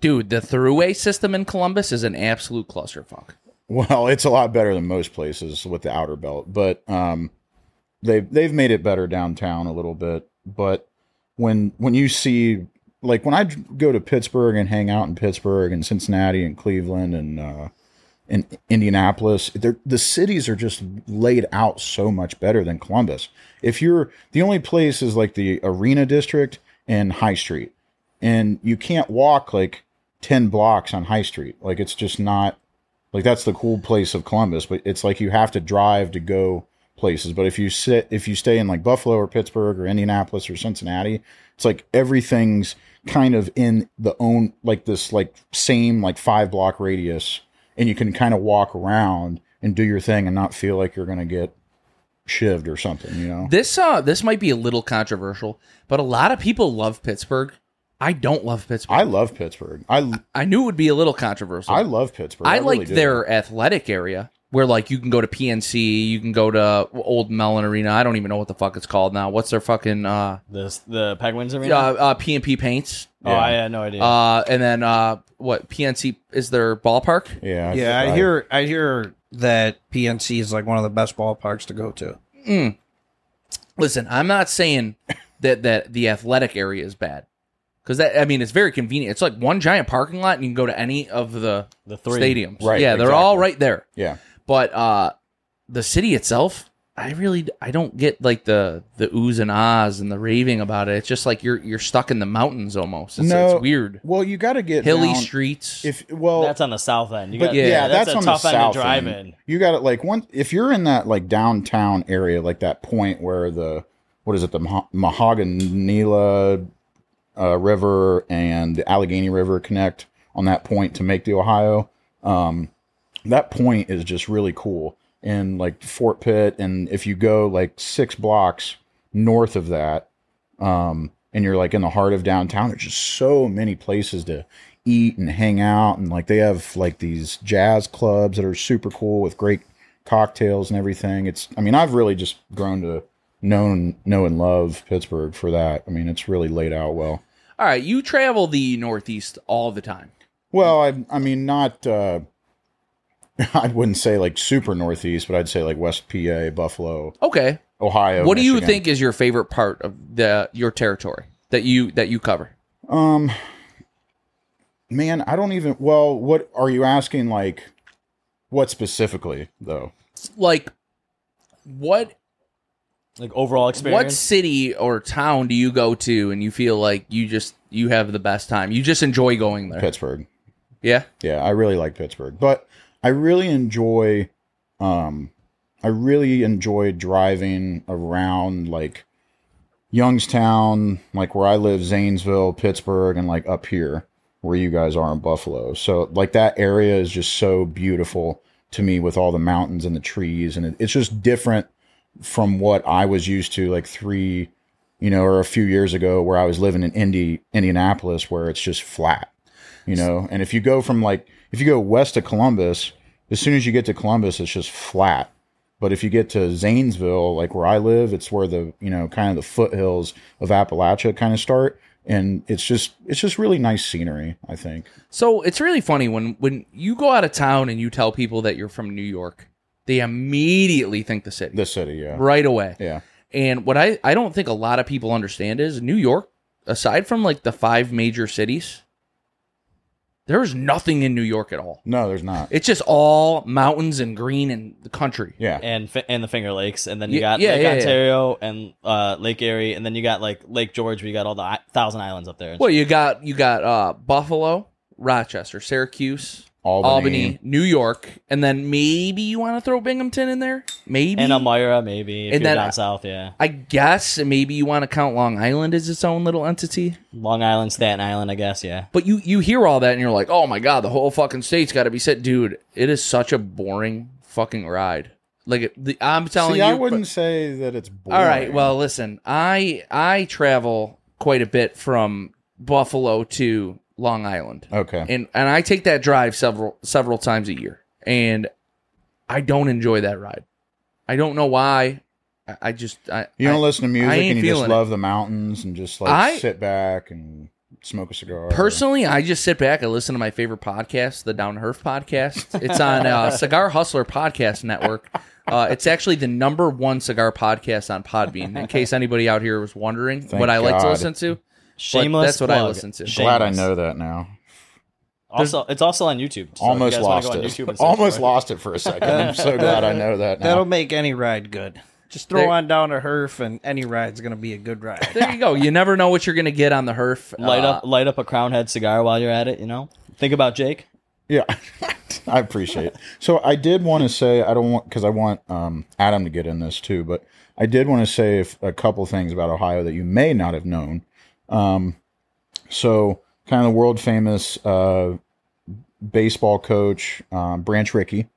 A: Dude, the throughway system in Columbus is an absolute clusterfuck.
B: Well, it's a lot better than most places with the outer belt, but um, they've they've made it better downtown a little bit. But when when you see like when I dr- go to Pittsburgh and hang out in Pittsburgh and Cincinnati and Cleveland and uh, in Indianapolis, they're, the cities are just laid out so much better than Columbus. If you're the only place is like the Arena District and High Street, and you can't walk like 10 blocks on High Street. Like it's just not like that's the cool place of Columbus, but it's like you have to drive to go places. But if you sit if you stay in like Buffalo or Pittsburgh or Indianapolis or Cincinnati, it's like everything's kind of in the own like this like same like 5 block radius and you can kind of walk around and do your thing and not feel like you're going to get shivved or something, you know.
A: This uh this might be a little controversial, but a lot of people love Pittsburgh. I don't love Pittsburgh.
B: I love Pittsburgh. I
A: I knew it would be a little controversial.
B: I love Pittsburgh.
A: I,
B: really
A: liked
B: do.
A: their athletic area where like you can go to PNC, you can go to Old Mellon Arena. I don't even know what the fuck it's called now. What's their fucking uh
C: The the Penguins
A: uh,
C: arena.
A: uh P&P Paints?
C: Oh, I had no idea.
A: Uh and then uh what PNC is their ballpark?
B: Yeah,
D: yeah, I hear I hear that PNC is like one of the best ballparks to go to.
A: Listen, I'm not saying that that the athletic area is bad. Cuz that I mean it's very convenient. It's like one giant parking lot and you can go to any of the
C: the three
A: stadiums.
B: Right,
A: Yeah, they're all
B: exactly.
A: right there.
B: Yeah,
A: but uh the city itself i really i don't get like the the oohs and ahs and the raving about it it's just like you're you're stuck in the mountains almost it's,
B: No.
A: it's weird
B: well, you got to get
A: hilly
B: down-
A: streets
B: If well,
C: That's on the south end. You
B: but
C: got,
A: yeah,
B: yeah,
C: that's,
B: that's,
C: a
B: on
C: tough
B: the
C: end
B: south
C: to drive
B: end.
C: in.
B: You got it like one. If you're in that like downtown area, like that point where the what is it, the Mah- Mahoganila uh, River and the Allegheny River connect on that point to make the Ohio. Um, that point is just really cool. And like Fort Pitt, and if you go like six blocks north of that, um, and you're like in the heart of downtown, there's just so many places to eat and hang out. And like they have like these jazz clubs that are super cool with great cocktails and everything. It's, I mean, I've really just grown to know, know and love Pittsburgh for that. I mean, it's really laid out well.
A: all right you travel the northeast all the time
B: Well, I, I mean, not, uh, I wouldn't say like super northeast, but I'd say like West PA, Buffalo,
A: okay
B: Ohio.
A: what do you
B: Michigan.
A: think is your favorite part of the your territory that you that you cover
B: Um, man, I don't even. Well, what are you asking? Like, what specifically though?
A: like what
C: Like overall
A: what
C: experience.
A: city or town do you go to and you feel like you just you have the best time you just enjoy going there
B: Pittsburgh.
A: yeah
B: Yeah, I really like Pittsburgh, but I really enjoy. Um, I really enjoy driving around like Youngstown, like where I live, Zanesville, Pittsburgh, and like up here where you guys are in Buffalo. So like that area is just so beautiful to me with all the mountains and the trees, and it, it's just different from what I was used to like three, you know, or a few years ago where I was living in Indy, Indianapolis, where it's just flat, you know. And if you go from like if you go west of Columbus, as soon as you get to Columbus, it's just flat. But if you get to Zanesville, like where I live, it's where the you know kind of the foothills of Appalachia kind of start, and it's just it's just really nice scenery. I think.
A: So it's really funny when when you go out of town and you tell people that you're from New York, they immediately think the city
B: The city, yeah,
A: right away.
B: yeah,
A: And what I I don't think a lot of people understand is New York, aside from like the five major cities, there is nothing in New York at all.
B: no, there's not.
A: It's just all mountains and green and the country.
B: Yeah,
C: and fi- and the Finger Lakes, and then you
A: Yeah,
C: got
A: yeah,
C: Lake
A: yeah, yeah.
C: Ontario and uh, Lake Erie, and then you got like Lake George. where you got all the I- thousand islands up there. and
A: Well,
C: shit.
A: you got you got uh, Buffalo, Rochester, Syracuse,
B: Albany.
A: Albany. New York, and then maybe you want to throw Binghamton in there. Maybe
B: um,
C: and Elmira, maybe if
A: And
C: you're
A: then
C: down
A: I-
C: south, yeah.
A: I guess maybe you want to count Long Island as its own little entity,
C: Long Island, Staten Island, I guess, yeah.
A: but you you hear all that and you're like, oh my god, the whole fucking state's got to be set, dude. It is such a boring fucking ride. Like it- the, I'm telling
B: See,
A: you,
B: I wouldn't say that it's boring.
A: all right, well, listen, I I travel quite a bit from Buffalo to Long Island,
B: okay,
A: and and I take that drive several several times a year, and I don't enjoy that ride. I don't know why. I, I just I
B: you don't
A: I-
B: listen to music
A: ain't
B: and you just
A: feeling it.
B: love the mountains and just like
A: I-
B: sit back and smoke a cigar.
A: Personally, I just sit back and listen to my favorite podcast, the Down to Earth podcast. It's on uh, Cigar Hustler Podcast Network. Uh, it's actually the number one cigar podcast on Podbean. In case anybody out here was wondering
B: Thank
A: what I like to
B: God.
A: listen to,
C: Shameless.
A: that's what I
C: plug.
A: listen to.
B: glad I
C: Shameless.
B: know that now.
C: Also, it's also on YouTube. so if you
B: Almost
C: guys wanna
B: lost
C: go on
B: it.
C: YouTube and search
B: Almost
C: for
B: lost it for a second. I'm so glad I know that now.
D: That'll make any ride good. Just throw
A: There-
D: on down to Herf, and any ride's gonna be a good ride.
A: There you go. You never know what you're going to get on the herf.
C: Light
A: Uh,
C: up, light up a Crown Head cigar while you're at it. You know, think about Jake.
B: Yeah, I appreciate it. So I did want to say I don't want because I want um, Adam to get in this too, but I did want to say if, a couple things about Ohio that you may not have known. Um, so kind of the world famous uh, baseball coach um, Branch Rickey.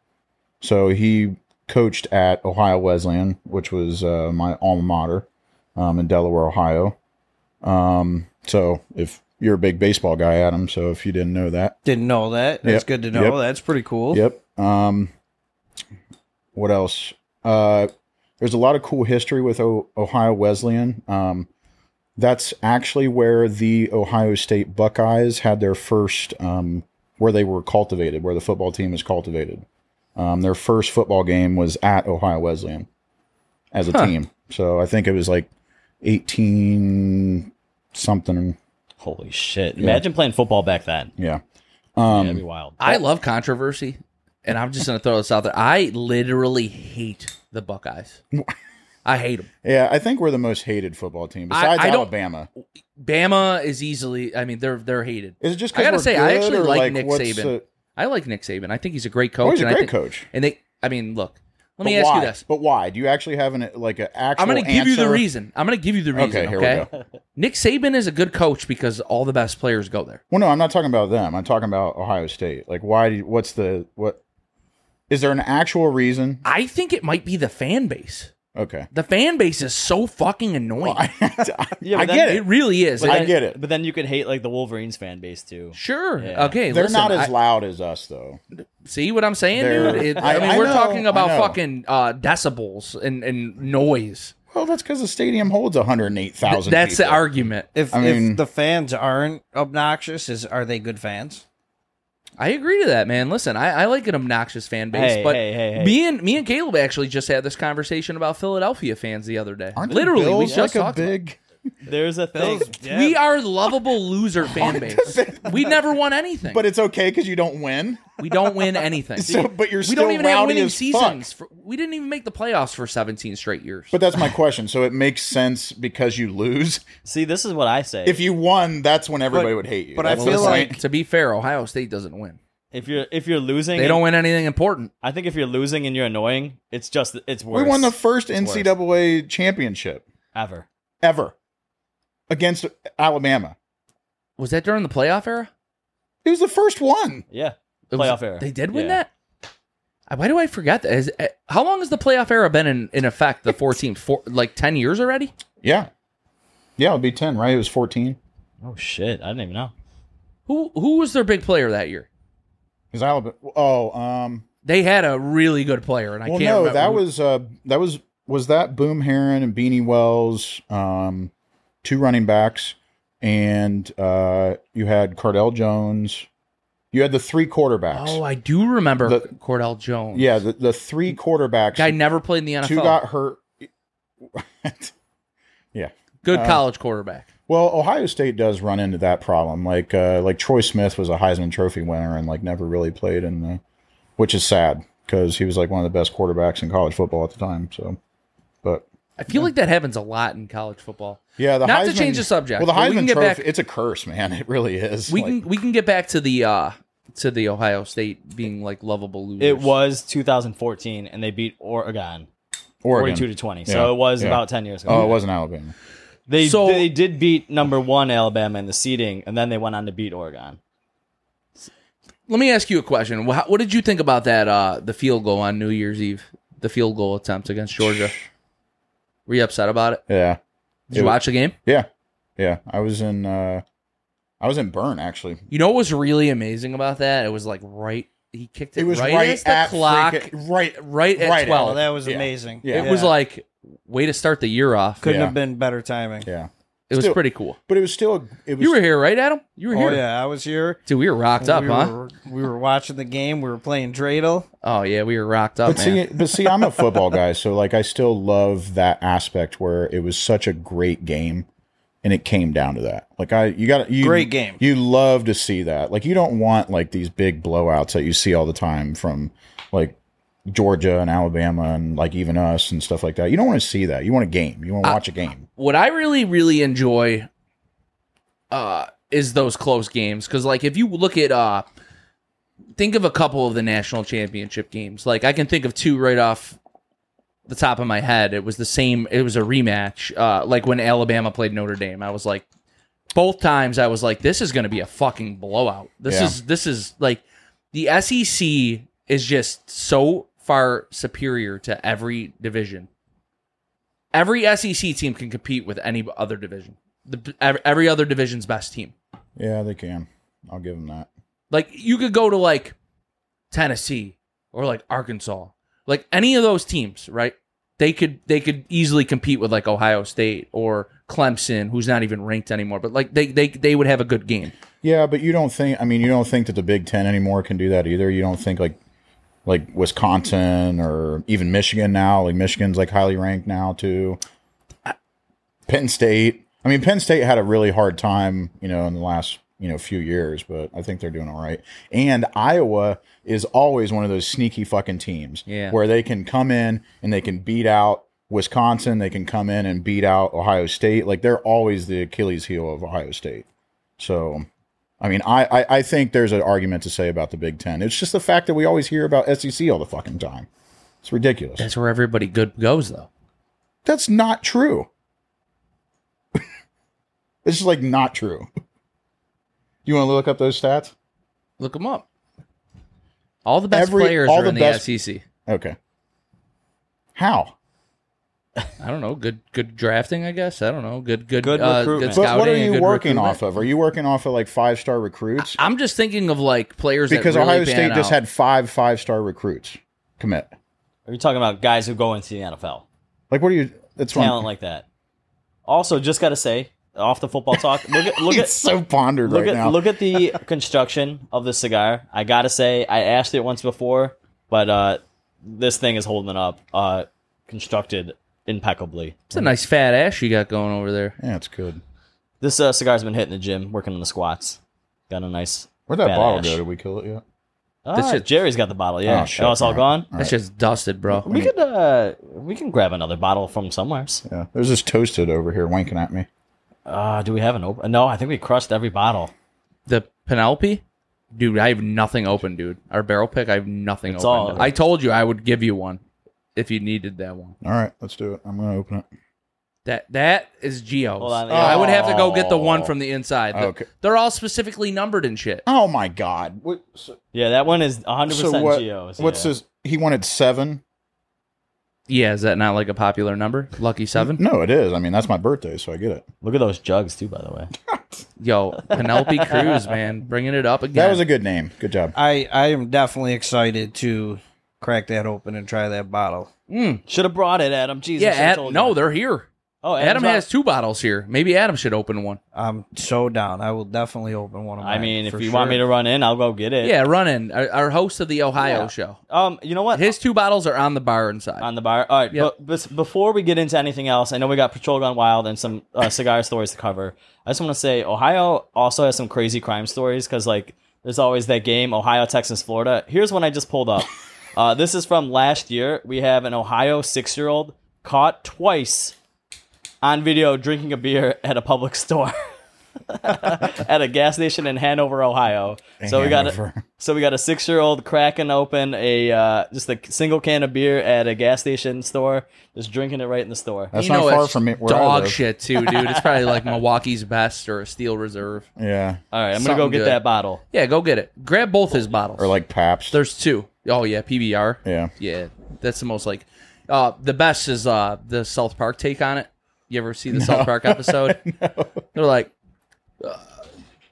B: So he coached at Ohio Wesleyan, which was uh, my alma mater um, in Delaware, Ohio. Um, so if you're a big baseball guy, Adam, so if you didn't know that.
D: Didn't know that. That's
B: Yep.
D: good to know.
B: Yep.
D: That's pretty cool.
B: Yep. Um, what else? Uh, there's a lot of cool history with o- Ohio Wesleyan. Um, that's actually where the Ohio State Buckeyes had their first, um, where they were cultivated, where the football team was cultivated. Um, their first football game was at Ohio Wesleyan as a
A: Huh.
B: team. So I think it was like 18 something.
C: Holy shit! Imagine playing football back then.
B: Yeah.
C: Yeah,
B: Um,
C: That'd be wild.
A: I love controversy, and I'm just going to throw this out there. I literally hate the Buckeyes. I hate them.
B: yeah, I think we're the most hated football team
A: I-
B: besides
A: I don't-
B: Alabama.
A: Bama is easily. I mean, they're they're hated.
B: Is it just?
A: I
B: 'cause
A: gotta
B: we're
A: say, I
B: good,
A: actually
B: or,
A: like Nick
B: what's
A: Saban.
B: the-
A: I like Nick Saban. I think he's a great coach.
B: oh, he's a
A: and I
B: great
A: think-
B: coach.
A: And they, I mean, look. Let
B: But
A: me ask
B: why?
A: you this.
B: But why? Do you actually have an like an actual?
A: I'm going to give you the
B: answer?
A: reason. I'm going to give you the reason.
B: Okay,
A: Okay.
B: here we go.
A: Nick Saban is a good coach because all the best players go there.
B: Well, no, I'm not talking about them. I'm talking about Ohio State. Like, why? Do you, what's the what? Is there an actual reason?
A: I think it might be the fan base.
B: Okay,
A: The fan base is so fucking annoying.
B: I,
C: Yeah, but
B: I
C: then-
B: get
A: it
B: it.
A: really is.
B: I
A: And-
B: get it.
C: But then you could hate like the Wolverines fan base too.
A: Sure.
C: Yeah.
A: Okay.
B: They're
A: listen,
B: not as
A: I-
B: loud as us, though.
A: See what I'm saying,
B: They're-
A: dude? It, I,
B: I-
A: mean,
B: I
A: we're
B: know,
A: talking
B: I
A: about
B: know.
A: fucking uh, decibels and, and noise.
B: Well, that's because the stadium holds 108,000.
A: That's the
B: people.
A: argument.
D: If
B: I mean-
D: if the fans aren't obnoxious, is are they good fans?
A: I agree to that, man. Listen, I, I like an obnoxious fan base,
C: Hey,
A: but
C: hey, hey, hey.
A: me and me and Caleb actually just had this conversation about Philadelphia fans the other day.
B: Aren't the
A: Literally, we
B: Bills
A: just
B: like a
A: talked. about it.
B: big?
C: There's a thing.
A: We are lovable loser fan base. We never won anything.
B: But it's okay because you don't win.
A: we don't win anything.
B: So, but you're
A: we
B: still
A: don't even
B: rowdy
A: have winning
B: as
A: seasons.
B: Fuck.
A: For, we didn't even make the playoffs for 17 straight years.
B: But that's my question. So it makes sense because you lose.
C: See, this is what I say.
B: If you won, that's when everybody would hate you.
D: but I
B: That's
A: Well,
B: the
D: feel
A: listen,
B: point.
D: like-
A: to be fair, Ohio State doesn't win.
C: if you're if you're losing,
A: They don't win anything important.
C: I think if you're losing and you're annoying, it's just it's worse.
B: we won the first
C: It's worse.
B: NCAA championship
C: ever.
B: ever against Alabama.
A: Was that during the playoff era?
B: It was the first one.
C: Yeah,
A: It was-
C: Playoff era.
A: They did win
C: Yeah.
A: that. I- Why do I forget that? Is- uh, how long has the playoff era been in, in effect? The four teams, four, like ten years already.
B: Yeah. Yeah, it'd be 10, right? It was 14. It
C: Oh shit! I didn't even know.
A: Who who was their big player that year?
B: was Alabama. Oh, um,
A: They had a really good player, and I
B: well,
A: can't.
B: no,
A: remember
B: that
A: who-
B: was, uh, that was, was that Boom Heron and Beanie Wells, um, two running backs, and uh, you had Cardell Jones. You had the three quarterbacks.
A: Oh, I do remember
B: The-
A: Cordell Jones.
B: yeah, the, the three quarterbacks.
A: guy never played in the NFL.
B: two got hurt.
A: good
B: uh,
A: college quarterback.
B: Well, Ohio State does run into that problem. Like uh, like Troy Smith was a Heisman Trophy winner and like never really played in the, which is sad because he was like one of the best quarterbacks in college football at the time. So, but
A: I feel like that happens a lot in college football.
B: yeah, the
A: Not to
B: Heisman-
A: change the subject,
B: Well, the
A: but we can
B: Heisman
A: get
B: Trophy,
A: back-
B: it's a curse, man. It really is.
A: We
B: Like,
A: can we can get back to the uh to the Ohio State being like lovable losers.
C: It was 2014, and they beat Oregon,
B: Oregon.
C: 42 to 20.
B: Yeah,
C: So it was
B: yeah.
C: about 10 years ago.
B: Oh, it wasn't Alabama.
C: They
A: So-
C: they did beat number one Alabama in the seeding, and then they went on to beat Oregon.
A: Let me ask you a question. Wha- What, did you think about that? Uh, the field goal on New Year's Eve, the field goal attempt against Georgia. Were you upset about it?
B: Yeah,
A: Did you
B: It-
A: watch the game?
B: yeah, yeah. I was in. uh I was in Burn actually.
A: You know what was really amazing about that? It was like right. He kicked it,
B: It was
A: right,
B: right,
A: as the
B: at
A: clock,
B: freaking- right.
A: right at
B: right at
A: twelve.
D: Oh, that was
B: Yeah.
D: amazing.
B: Yeah.
A: It was like way to start the year off.
D: couldn't
B: Yeah.
D: have been better timing.
B: Yeah,
A: It was
B: Still-
A: pretty cool.
B: but it was still. a- It was
A: You were here, right, Adam? You were
D: Oh
A: here.
D: yeah, I was here.
A: Dude, we were rocked up,
D: we
A: huh?
D: were we were watching the game. We were playing dreidel.
A: Oh yeah, we were rocked up,
B: but
A: man.
B: see, but see, I'm a football guy, so like I still love that aspect where it was such a great game, and it came down to that. Like I, you got you
D: Great game.
B: You love to see that. Like you don't want like these big blowouts that you see all the time from like Georgia and Alabama and like even us and stuff like that. You don't want to see that. You want a game. You want to
A: I-
B: watch a game.
A: what I really really enjoy uh is those close games cuz like if you look at uh think of a couple of the national championship games like I can think of two right off the top of my head it was the same it was a rematch uh like when Alabama played Notre Dame I was like both times I was like this is going to be a fucking blowout this
B: Yeah.
A: is this is like the SEC is just so far superior to every division every SEC team can compete with any other division. The, ev- every other division's best team.
B: Yeah, they can. I'll give them that.
A: Like you could go to like Tennessee or like Arkansas, like any of those teams, right? They could they could easily compete with like Ohio State or Clemson, who's not even ranked anymore. But like they they they would have a good game.
B: Yeah, but you don't think. I mean, you don't think that the Big Ten anymore can do that either. You don't think like like Wisconsin or even Michigan now. Like Michigan's like highly ranked now too. Penn State. I mean, Penn State had a really hard time, you know, in the last you know few years, but I think they're doing all right. And Iowa is always one of those sneaky fucking teams
A: Yeah.
B: where they can come in and they can beat out Wisconsin. They can come in and beat out Ohio State. Like they're always the Achilles heel of Ohio State. So, I mean, I, I, I think there's an argument to say about the Big Ten. It's just the fact that we always hear about SEC all the fucking time. It's ridiculous.
A: That's where everybody good goes though.
B: That's not true. it's just like not true. You want to look up those stats?
A: Look them up. All the best
B: Every-
A: players
B: all
A: are
B: the
A: in the E
B: best-
A: SEC.
B: Okay. How?
A: I don't know. Good good drafting, I guess. I don't know. Good good
C: Good
A: uh,
C: recruitment.
A: good
B: But what are
A: scouting and
B: you
A: good
B: working
A: recruitment.
B: off of? Are you working off of like five star recruits?
A: I'm just thinking of like players
B: Because
A: that really
B: Ohio State
A: pan
B: just
A: out.
B: had five five star recruits commit.
C: Are you talking about guys who go into the NFL?
B: Like, what are you? That's what I'm-
C: Talent like that. Also, just got to say, off the football talk, look at look
B: He's
C: at
B: so pondered
C: look
B: right
C: at
B: now.
C: look at the construction of the cigar. I gotta say, I asked it once before, but uh, this thing is holding up. Uh, constructed impeccably.
A: It's a nice fat ass you got going over there.
B: yeah, it's good.
C: This uh, cigar's been hitting the gym, working on the squats. Got a nice.
B: Where'd that
C: fat
B: bottle
C: ash.
B: go? Did we kill it yet?
C: Ah,
A: shit's-
C: Jerry's got the bottle. Yeah,
B: Oh,
C: oh,
B: shit.
C: it's all
B: All right.
C: gone.
B: All
A: That's just dusted, bro.
C: We could uh, we can grab another bottle from somewhere.
B: Yeah, there's this toasted over here winking at me.
C: Uh, do we have an open? No, I think we crushed every bottle.
A: The Penelope, dude, I have nothing open, dude. Our barrel pick, I have nothing
C: It's
A: open.
C: all-
A: I told you I would give you one if you needed that one.
B: All right, let's do it. I'm gonna open it.
A: That that is Geo's.
C: Hold on, yeah.
A: I would have to go get the
B: Oh.
A: one from the inside. The-
B: Okay.
A: They're all specifically numbered and shit.
B: Oh my god! What, so,
C: Yeah, that one is 100%
B: so what?
C: Geo's.
B: what's
C: yeah.
B: this? He wanted seven.
A: Yeah, is that not like a popular number? Lucky seven?
B: No, it is. I mean, that's my birthday, so I get it.
C: Look at those jugs too, by the way.
A: Yo, Penelope Cruz, man, bringing it up again.
B: That was a good name. Good job.
D: I I am definitely excited to crack that open and try that bottle.
A: Mm.
C: Should have brought it, Adam. Jesus.
A: yeah.
C: I
A: Ad-
C: told
A: no,
C: you.
A: they're here.
C: Oh,
A: Adam
C: Adam's on-
A: has two bottles here. Maybe Adam should open one.
D: I'm so down. I will definitely open one of
C: I
D: mine.
C: mean, if
D: for
C: you want
D: sure.
C: me to run in, I'll go get it.
A: Yeah, running our, our host of the Ohio
C: Yeah.
A: show.
C: Um, you know what?
A: His two bottles are on the bar inside.
C: on the bar. All right,
A: Yep.
C: but, but before we get into anything else, I know we got Patrol Gone Wild and some uh, cigar stories to cover. I just want to say Ohio also has some crazy crime stories because like there's always that game Ohio Texas Florida. Here's one I just pulled up. uh, this is from last year. We have an Ohio six year old caught twice on video drinking a beer at a public store. at a gas station in Hanover, Ohio. So we got
B: Hanover.
C: a, so we got a six year old cracking open a uh, just a single can of beer at a gas station store, just drinking it right in the store.
B: That's not far
A: it's
B: from it. Where I
A: dog
B: live.
A: shit too, dude. It's probably like Milwaukee's best or a Steel Reserve.
B: Yeah,
C: All right, I'm gonna go
A: Something
C: get
A: good.
C: that bottle.
A: Yeah, go get it. Grab both his bottles.
B: or like Paps.
A: There's two. Oh yeah, PBR.
B: yeah.
A: Yeah, that's the most like. Uh, the best is uh the South Park take on it. You ever see the South Park episode? They're like, uh,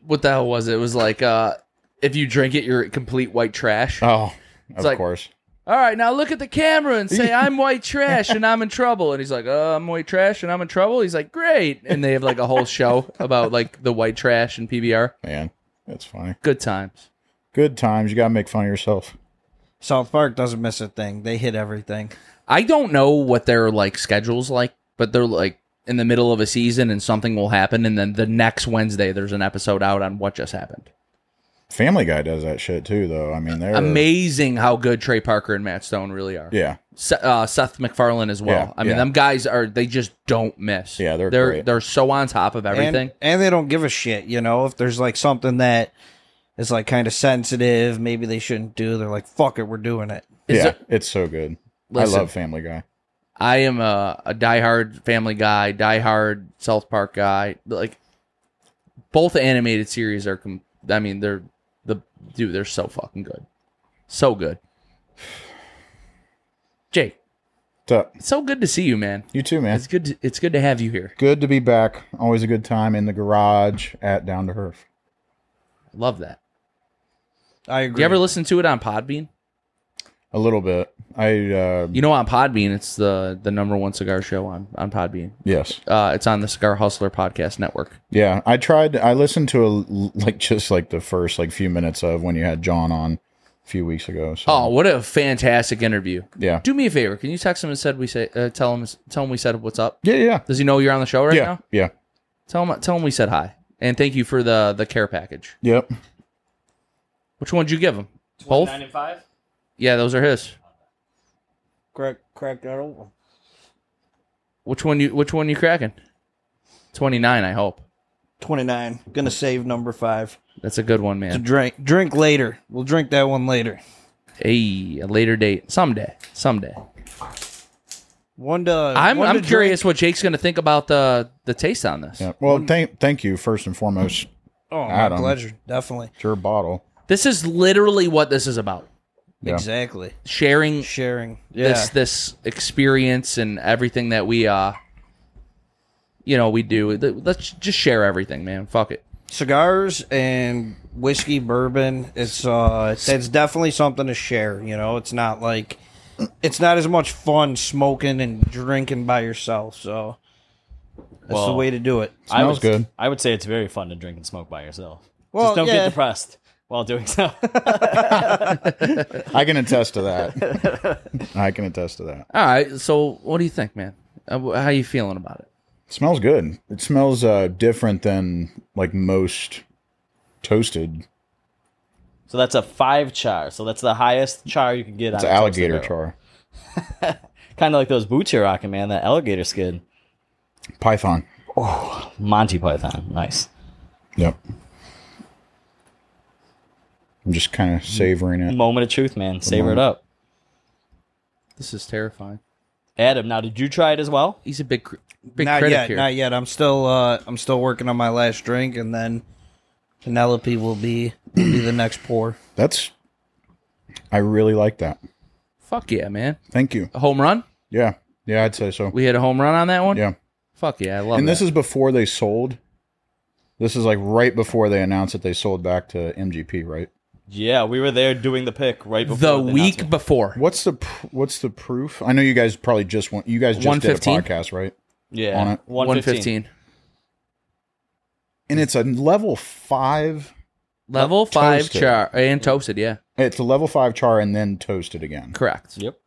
A: what the hell was it? It was like, uh, if you drink it, you're complete white trash.
B: Oh, of
A: like-
B: course.
A: All right, now look at the camera and say, I'm white trash and I'm in trouble. And he's like, uh, I'm white trash and I'm in trouble. He's like, great. And they have like a whole show about like the white trash and PBR.
B: Man, that's funny.
A: Good times.
B: Good times. You gotta make fun of yourself.
D: South Park doesn't miss a thing. They hit everything.
A: I don't know what their like schedules like, but they're like in the middle of a season and something will happen. And then the next Wednesday, there's an episode out on what just happened.
B: Family Guy does that shit too, though. I mean, they're
A: Amazing how good Trey Parker and Matt Stone really are.
B: Yeah,
A: Se- uh, Seth MacFarlane as well.
B: Yeah,
A: I mean,
B: yeah.
A: them guys are they just don't miss.
B: Yeah, they're
A: they're
B: great.
A: they're so on top of everything.
D: And, and they don't give a shit, you know, if there's like something that is like kind of sensitive, maybe they shouldn't do, they're like, fuck it, we're doing it.
A: Is
B: yeah,
A: there-
B: it's so good.
A: Listen.
B: I love Family Guy.
A: I am a, a diehard Family Guy, diehard South Park guy. Like both animated series are. Com- I mean, they're the dude. They're so fucking good, so good. Jake,
B: What's up?
A: it's so good to see you, man.
B: You too, man.
A: It's good. To, it's good to have you here.
B: good to be back. Always a good time in the garage at Down to Earth.
A: Love that.
D: I agree.
A: Do you ever listen to it on Podbean?
B: A little bit. I uh,
A: You know, on Podbean, it's the the number one cigar show on on Podbean.
B: yes,
A: Uh, it's on the Cigar Hustler Podcast Network.
B: yeah. I tried. I listened to a, like just like the first like few minutes of when you had John on a few weeks ago. So
A: Oh, what a fantastic interview!
B: yeah,
A: Do me a favor. Can you text him and said we say uh, tell him tell him we said what's up?
B: yeah, yeah,
A: Does he know you're on the show right
B: yeah,
A: now?
B: yeah.
A: Tell him tell him we said hi and thank you for the the care package.
B: Yep.
A: Which one did you give him? Both.
C: and five.
A: Yeah, those are his.
D: crack, crack that open?
A: Which one you Which one you cracking? Twenty nine. I hope
D: 29. Gonna save number five.
A: that's a good one,
D: To
A: man.
D: drink. Drink later. We'll drink that one later.
A: Hey, a later date someday. Someday.
D: One to.
A: I'm
D: one
A: I'm
D: to
A: curious what Jake's gonna think about the the taste on this.
B: Yeah. Well, thank thank you first and foremost.
D: Drink. Oh, my
B: Adam.
D: pleasure. Definitely.
B: It's your bottle.
A: This is literally what this is about.
B: Yeah.
D: Exactly.
A: Sharing
D: Sharing. Yeah.
A: this this experience and everything that we uh you know we do Th- let's just share everything man fuck it
D: cigars and whiskey bourbon it's uh it's, it's definitely something to share you know it's not like it's not as much fun smoking and drinking by yourself so that's the
C: Well,
D: way to do it
C: I
B: Smells
C: would,
B: good.
C: I would say it's very fun to drink and smoke by yourself.
D: Well,
C: Just don't
D: yeah.
C: get depressed while doing so.
B: I can attest to that. I can attest to that.
A: all right so what do you think man Uh, wh- how you feeling about it
B: It smells good. It smells uh, different than like most toasted.
C: so that's a five char. So that's the highest char you can get.
B: It's
C: on a
B: alligator
C: toaster
B: char,
C: Kind of like those boots you're rocking, man. That alligator skin.
B: python.
C: Monty Python. Nice.
B: Yep. I'm just kind of savoring it.
C: Moment of truth, man. Savor it
B: moment.
C: up.
A: this is terrifying
C: Adam, now did you try it as well?
A: he's a big cr- big
D: not
A: critic
D: yet
A: here
D: not yet i'm still uh i'm still working on my last drink and then penelope will be will be the next pour
B: That's. I really like that.
A: fuck yeah man
B: Thank you.
A: a home run
B: Yeah. Yeah, I'd say so.
A: we had a home run on that one
B: Yeah.
A: fuck yeah i love
B: And
A: that.
B: this is before they sold. This is like right before they announced that they sold back to MGP, right?
C: Yeah, we were there doing the pick right before
A: the week
C: announcement.
A: before
B: What's the pr- what's the proof? I know you guys probably just want you guys just did a
A: 115?
B: podcast, right?
C: Yeah,
B: on it.
C: 115.
A: 115
B: And it's a level 5
A: level 5
B: Toasted.
A: char and toasted yeah
B: it's a level 5 char and then toasted again.
A: correct
C: Yep.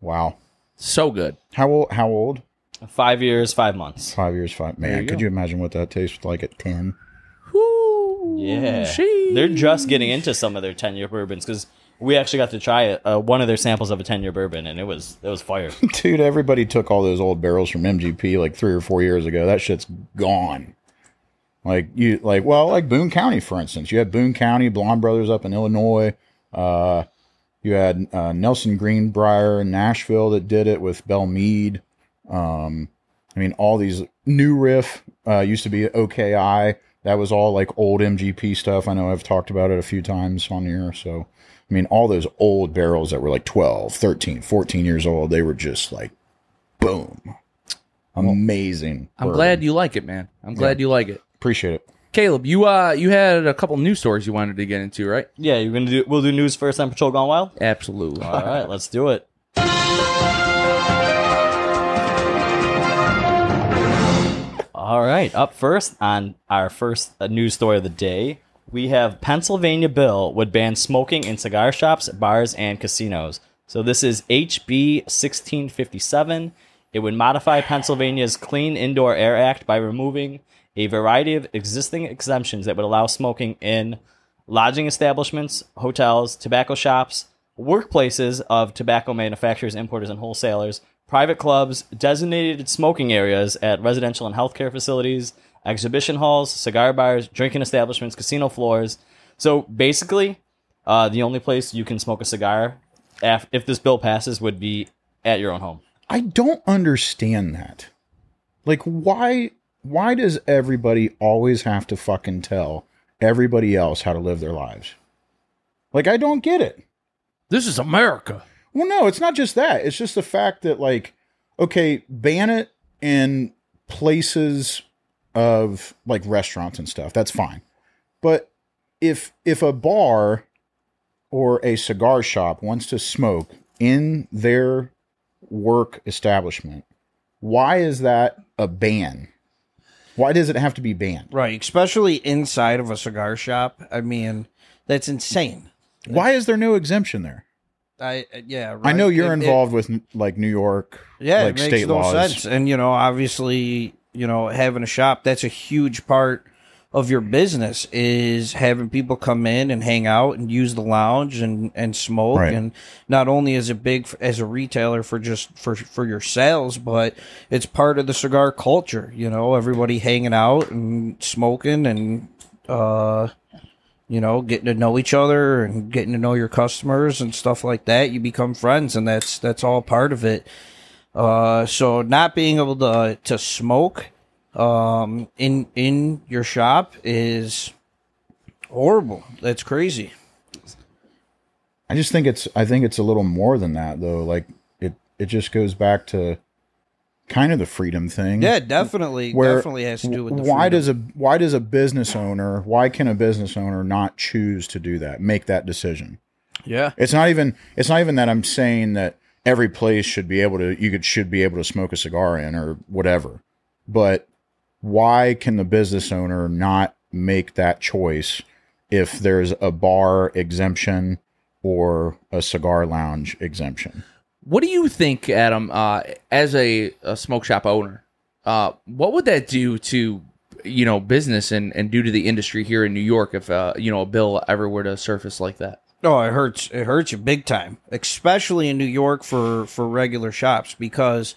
B: Wow.
A: so good
B: How old how old?
C: Five years, five months.
B: 5 years, 5. Man, could you imagine what that tastes like at 10?
C: Yeah.
A: Sheesh.
C: They're just getting into some of their 10 year bourbons because we actually got to try uh, one of their samples of a 10 year bourbon and it was it was fire.
B: Dude, everybody took all those old barrels from MGP like three or four years ago. That shit's gone. Like you, like well, like Boone County, for instance. You had Boone County Blonde Brothers up in Illinois. Uh, you had uh, Nelson Greenbrier in Nashville that did it with Bell Mead. Um, I mean, all these new riff uh, used to be OKI. That was all like old MGP stuff. I know I've talked about it a few times on here. So, I mean, all those old barrels that were like 12, 13, 14 years old, they were just like, boom. Amazing.
A: i'm
B: bourbon.
A: glad you like it man i'm glad you like it
B: Appreciate it.
A: Caleb, you uh you had a couple news stories you wanted to get into, right?
C: yeah, you're gonna do. We'll do news first on Patrol Gone Wild.
A: Absolutely.
C: All right, let's do it. All right, up first on our first uh, news story of the day, we have Pennsylvania bill would ban smoking in cigar shops, bars, and casinos. So this is HB 1657. It would modify Pennsylvania's Clean Indoor Air Act by removing a variety of existing exemptions that would allow smoking in lodging establishments, hotels, tobacco shops, workplaces of tobacco manufacturers, importers, and wholesalers, private clubs, designated smoking areas at residential and healthcare facilities, exhibition halls, cigar bars, drinking establishments, casino floors. So basically, uh, the only place you can smoke a cigar af- if this bill passes would be at your own home.
B: I don't understand that. Like why why does everybody always have to fucking tell everybody else how to live their lives? Like I don't get it.
E: This is America.
B: Well, no, it's not just that. It's just the fact that like okay, ban it in places of like restaurants and stuff. That's fine. But if if a bar or a cigar shop wants to smoke in their work establishment, why is that a ban? Why does it have to be banned?
D: Right, especially inside of a cigar shop. I mean, that's insane.
B: Why is there no exemption there?
D: I yeah.
B: I
D: right.
B: know you're
D: It- it-
B: involved with like New York,
D: yeah,
B: like
D: it makes
B: state
D: no
B: laws.
D: sense. And you know, obviously, you know, having a shop that's a huge part of your business is having people come in and hang out and use the lounge and and smoke
B: Right.
D: and not only is it big f- as a retailer for just for for your sales but it's part of the cigar culture you know everybody hanging out and smoking and uh you know getting to know each other and getting to know your customers and stuff like that you become friends and that's that's all part of it uh, so not being able to to smoke um, in in your shop is horrible. That's crazy.
B: I just think it's I think it's a little more than that though. Like it it just goes back to kind of the freedom thing.
D: Yeah, definitely,
B: Mm. Where-
D: definitely has to do with the
B: why
D: freedom.
B: does a why does a business owner why can a business owner not choose to do that make that decision
D: yeah
B: it's not even it's not even that i'm saying that every place should be able to you could should be able to smoke a cigar in or whatever but why can the business owner not make that choice if there's a bar exemption or a cigar lounge exemption
A: What do you think, Adam, uh, as a, a smoke shop owner, uh, what would that do to you know business and, and do to the industry here in New York if uh, you know a bill ever were to surface like that?
D: No, it hurts. It hurts you big time, especially in New York for for regular shops because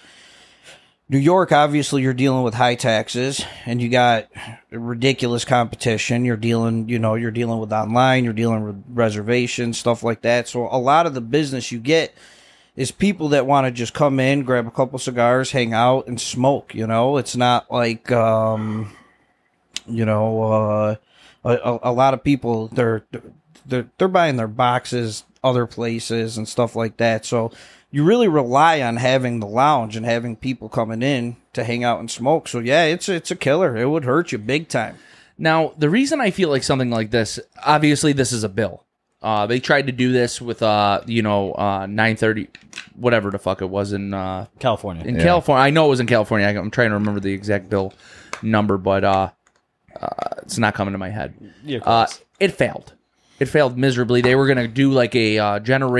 D: New York obviously you're dealing with high taxes and you got ridiculous competition. You're dealing, you know, you're dealing with online, you're dealing with reservations, stuff like that. So a lot of the business you get is people that want to just come in, grab a couple cigars, hang out and smoke, you know? It's not like um you know uh, a, a, a lot of people they're they're they're buying their boxes other places and stuff like that so you really rely on having the lounge and having people coming in to hang out and smoke so yeah it's it's a killer it would hurt you big time
A: Now, the reason I feel like something like this, obviously, this is a bill. Uh, they tried to do this with, uh, you know, uh, nine thirty, whatever the fuck it was in uh,
C: California.
A: in California. I know it was in California. I- I'm trying to remember the exact bill number, but uh, uh, it's not coming to my head.
C: Yeah, of
A: Uh,
C: course.
A: it failed. It failed miserably. They were going to do like a uh,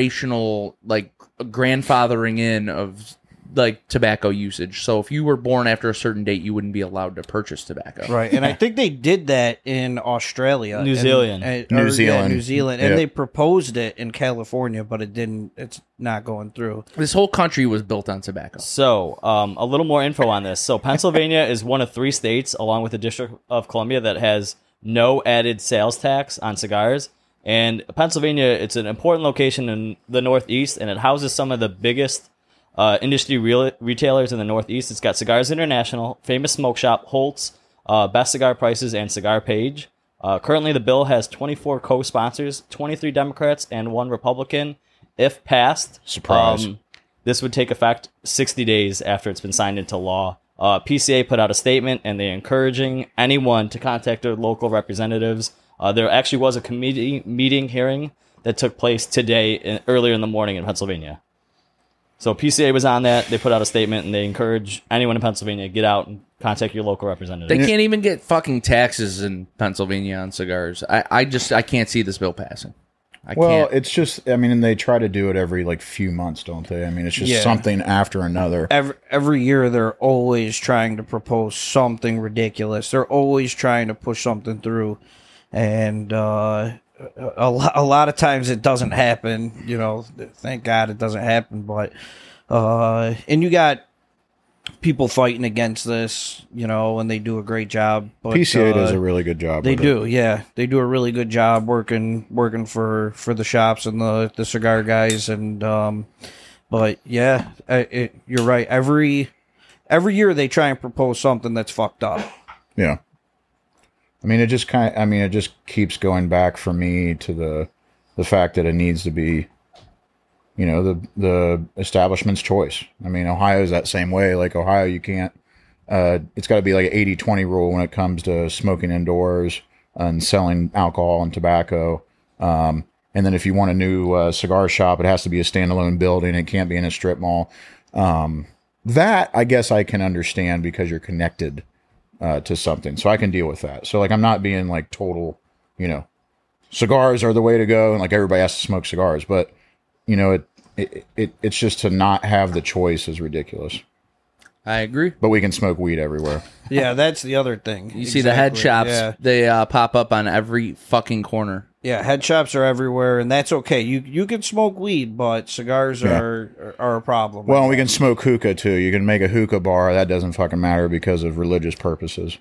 A: generational, like grandfathering in of like tobacco usage. So if you were born after a certain date, you wouldn't be allowed to purchase tobacco.
D: right and i think they did that in australia
C: New
D: and-
C: Zealand.
D: and-
B: New
D: or, yeah,
B: Zealand.
D: new zealand and
B: Yeah.
D: they proposed it in california but it didn't it's not going through
A: This whole country was built on tobacco.
C: So, um, a little more info on this. So, Pennsylvania is one of three states, along with the District of Columbia, that has no added sales tax on cigars. And Pennsylvania, it's an important location in the Northeast, and it houses some of the biggest uh, industry real- retailers in the Northeast. It's got Cigars International, Famous Smoke Shop, Holtz, uh, Best Cigar Prices, and Cigar Page. Uh, currently, the bill has 24 co-sponsors, 23 Democrats, and one Republican. If passed,
B: Surprise.
C: Um, this would take effect 60 days after it's been signed into law. Uh, PCA put out a statement and they're encouraging anyone to contact their local representatives. Uh, there actually was a committee meeting hearing that took place today, in, earlier in the morning in Pennsylvania. So PCA was on that. They put out a statement and they encourage anyone in Pennsylvania get out and contact your local representative.
A: They can't even get fucking taxes in Pennsylvania on cigars. I, I just I can't see this bill passing. I
B: Well,
A: can't.
B: it's just I mean, and they try to do it every like few months, don't they? I mean, it's just
D: Yeah.
B: something after another.
D: every every year they're always trying to propose something ridiculous. They're always trying to push something through, and uh, a, a lo- a lot of times it doesn't happen. You know, thank God it doesn't happen. But uh, and you got people fighting against this, you know, and they do a great job. But,
B: PCA
D: uh,
B: does a really good job.
D: They
B: with it.
D: do, yeah. They do a really good job working working for for the shops and the the cigar guys and um but yeah, I, it, you're right. Every every year they try and propose something that's fucked up.
B: Yeah. I mean, it just kind of, I mean, it just keeps going back for me to the, the fact that it needs to be, you know, the, the establishment's choice. I mean, Ohio's that same way. Like Ohio, you can't, uh, it's got to be like an 80 20 rule when it comes to smoking indoors and selling alcohol and tobacco. Um, and then if you want a new uh, cigar shop, it has to be a standalone building. It can't be in a strip mall. Um, that I guess I can understand because you're connected uh, to something. So I can deal with that. So like I'm not being like total, you know, cigars are the way to go, and like everybody has to smoke cigars. But you know, it it, it it's just to not have the choice is ridiculous.
A: I agree.
B: But we can smoke weed everywhere.
D: Yeah, that's the other thing.
A: You see the head shops;
D: Yeah.
A: they uh, pop up on every fucking corner.
D: yeah, head shops are everywhere, and that's okay. You you can smoke weed, but cigars are are a problem.
B: Well, we can smoke hookah too. You can make a hookah bar. That doesn't fucking matter because of religious purposes.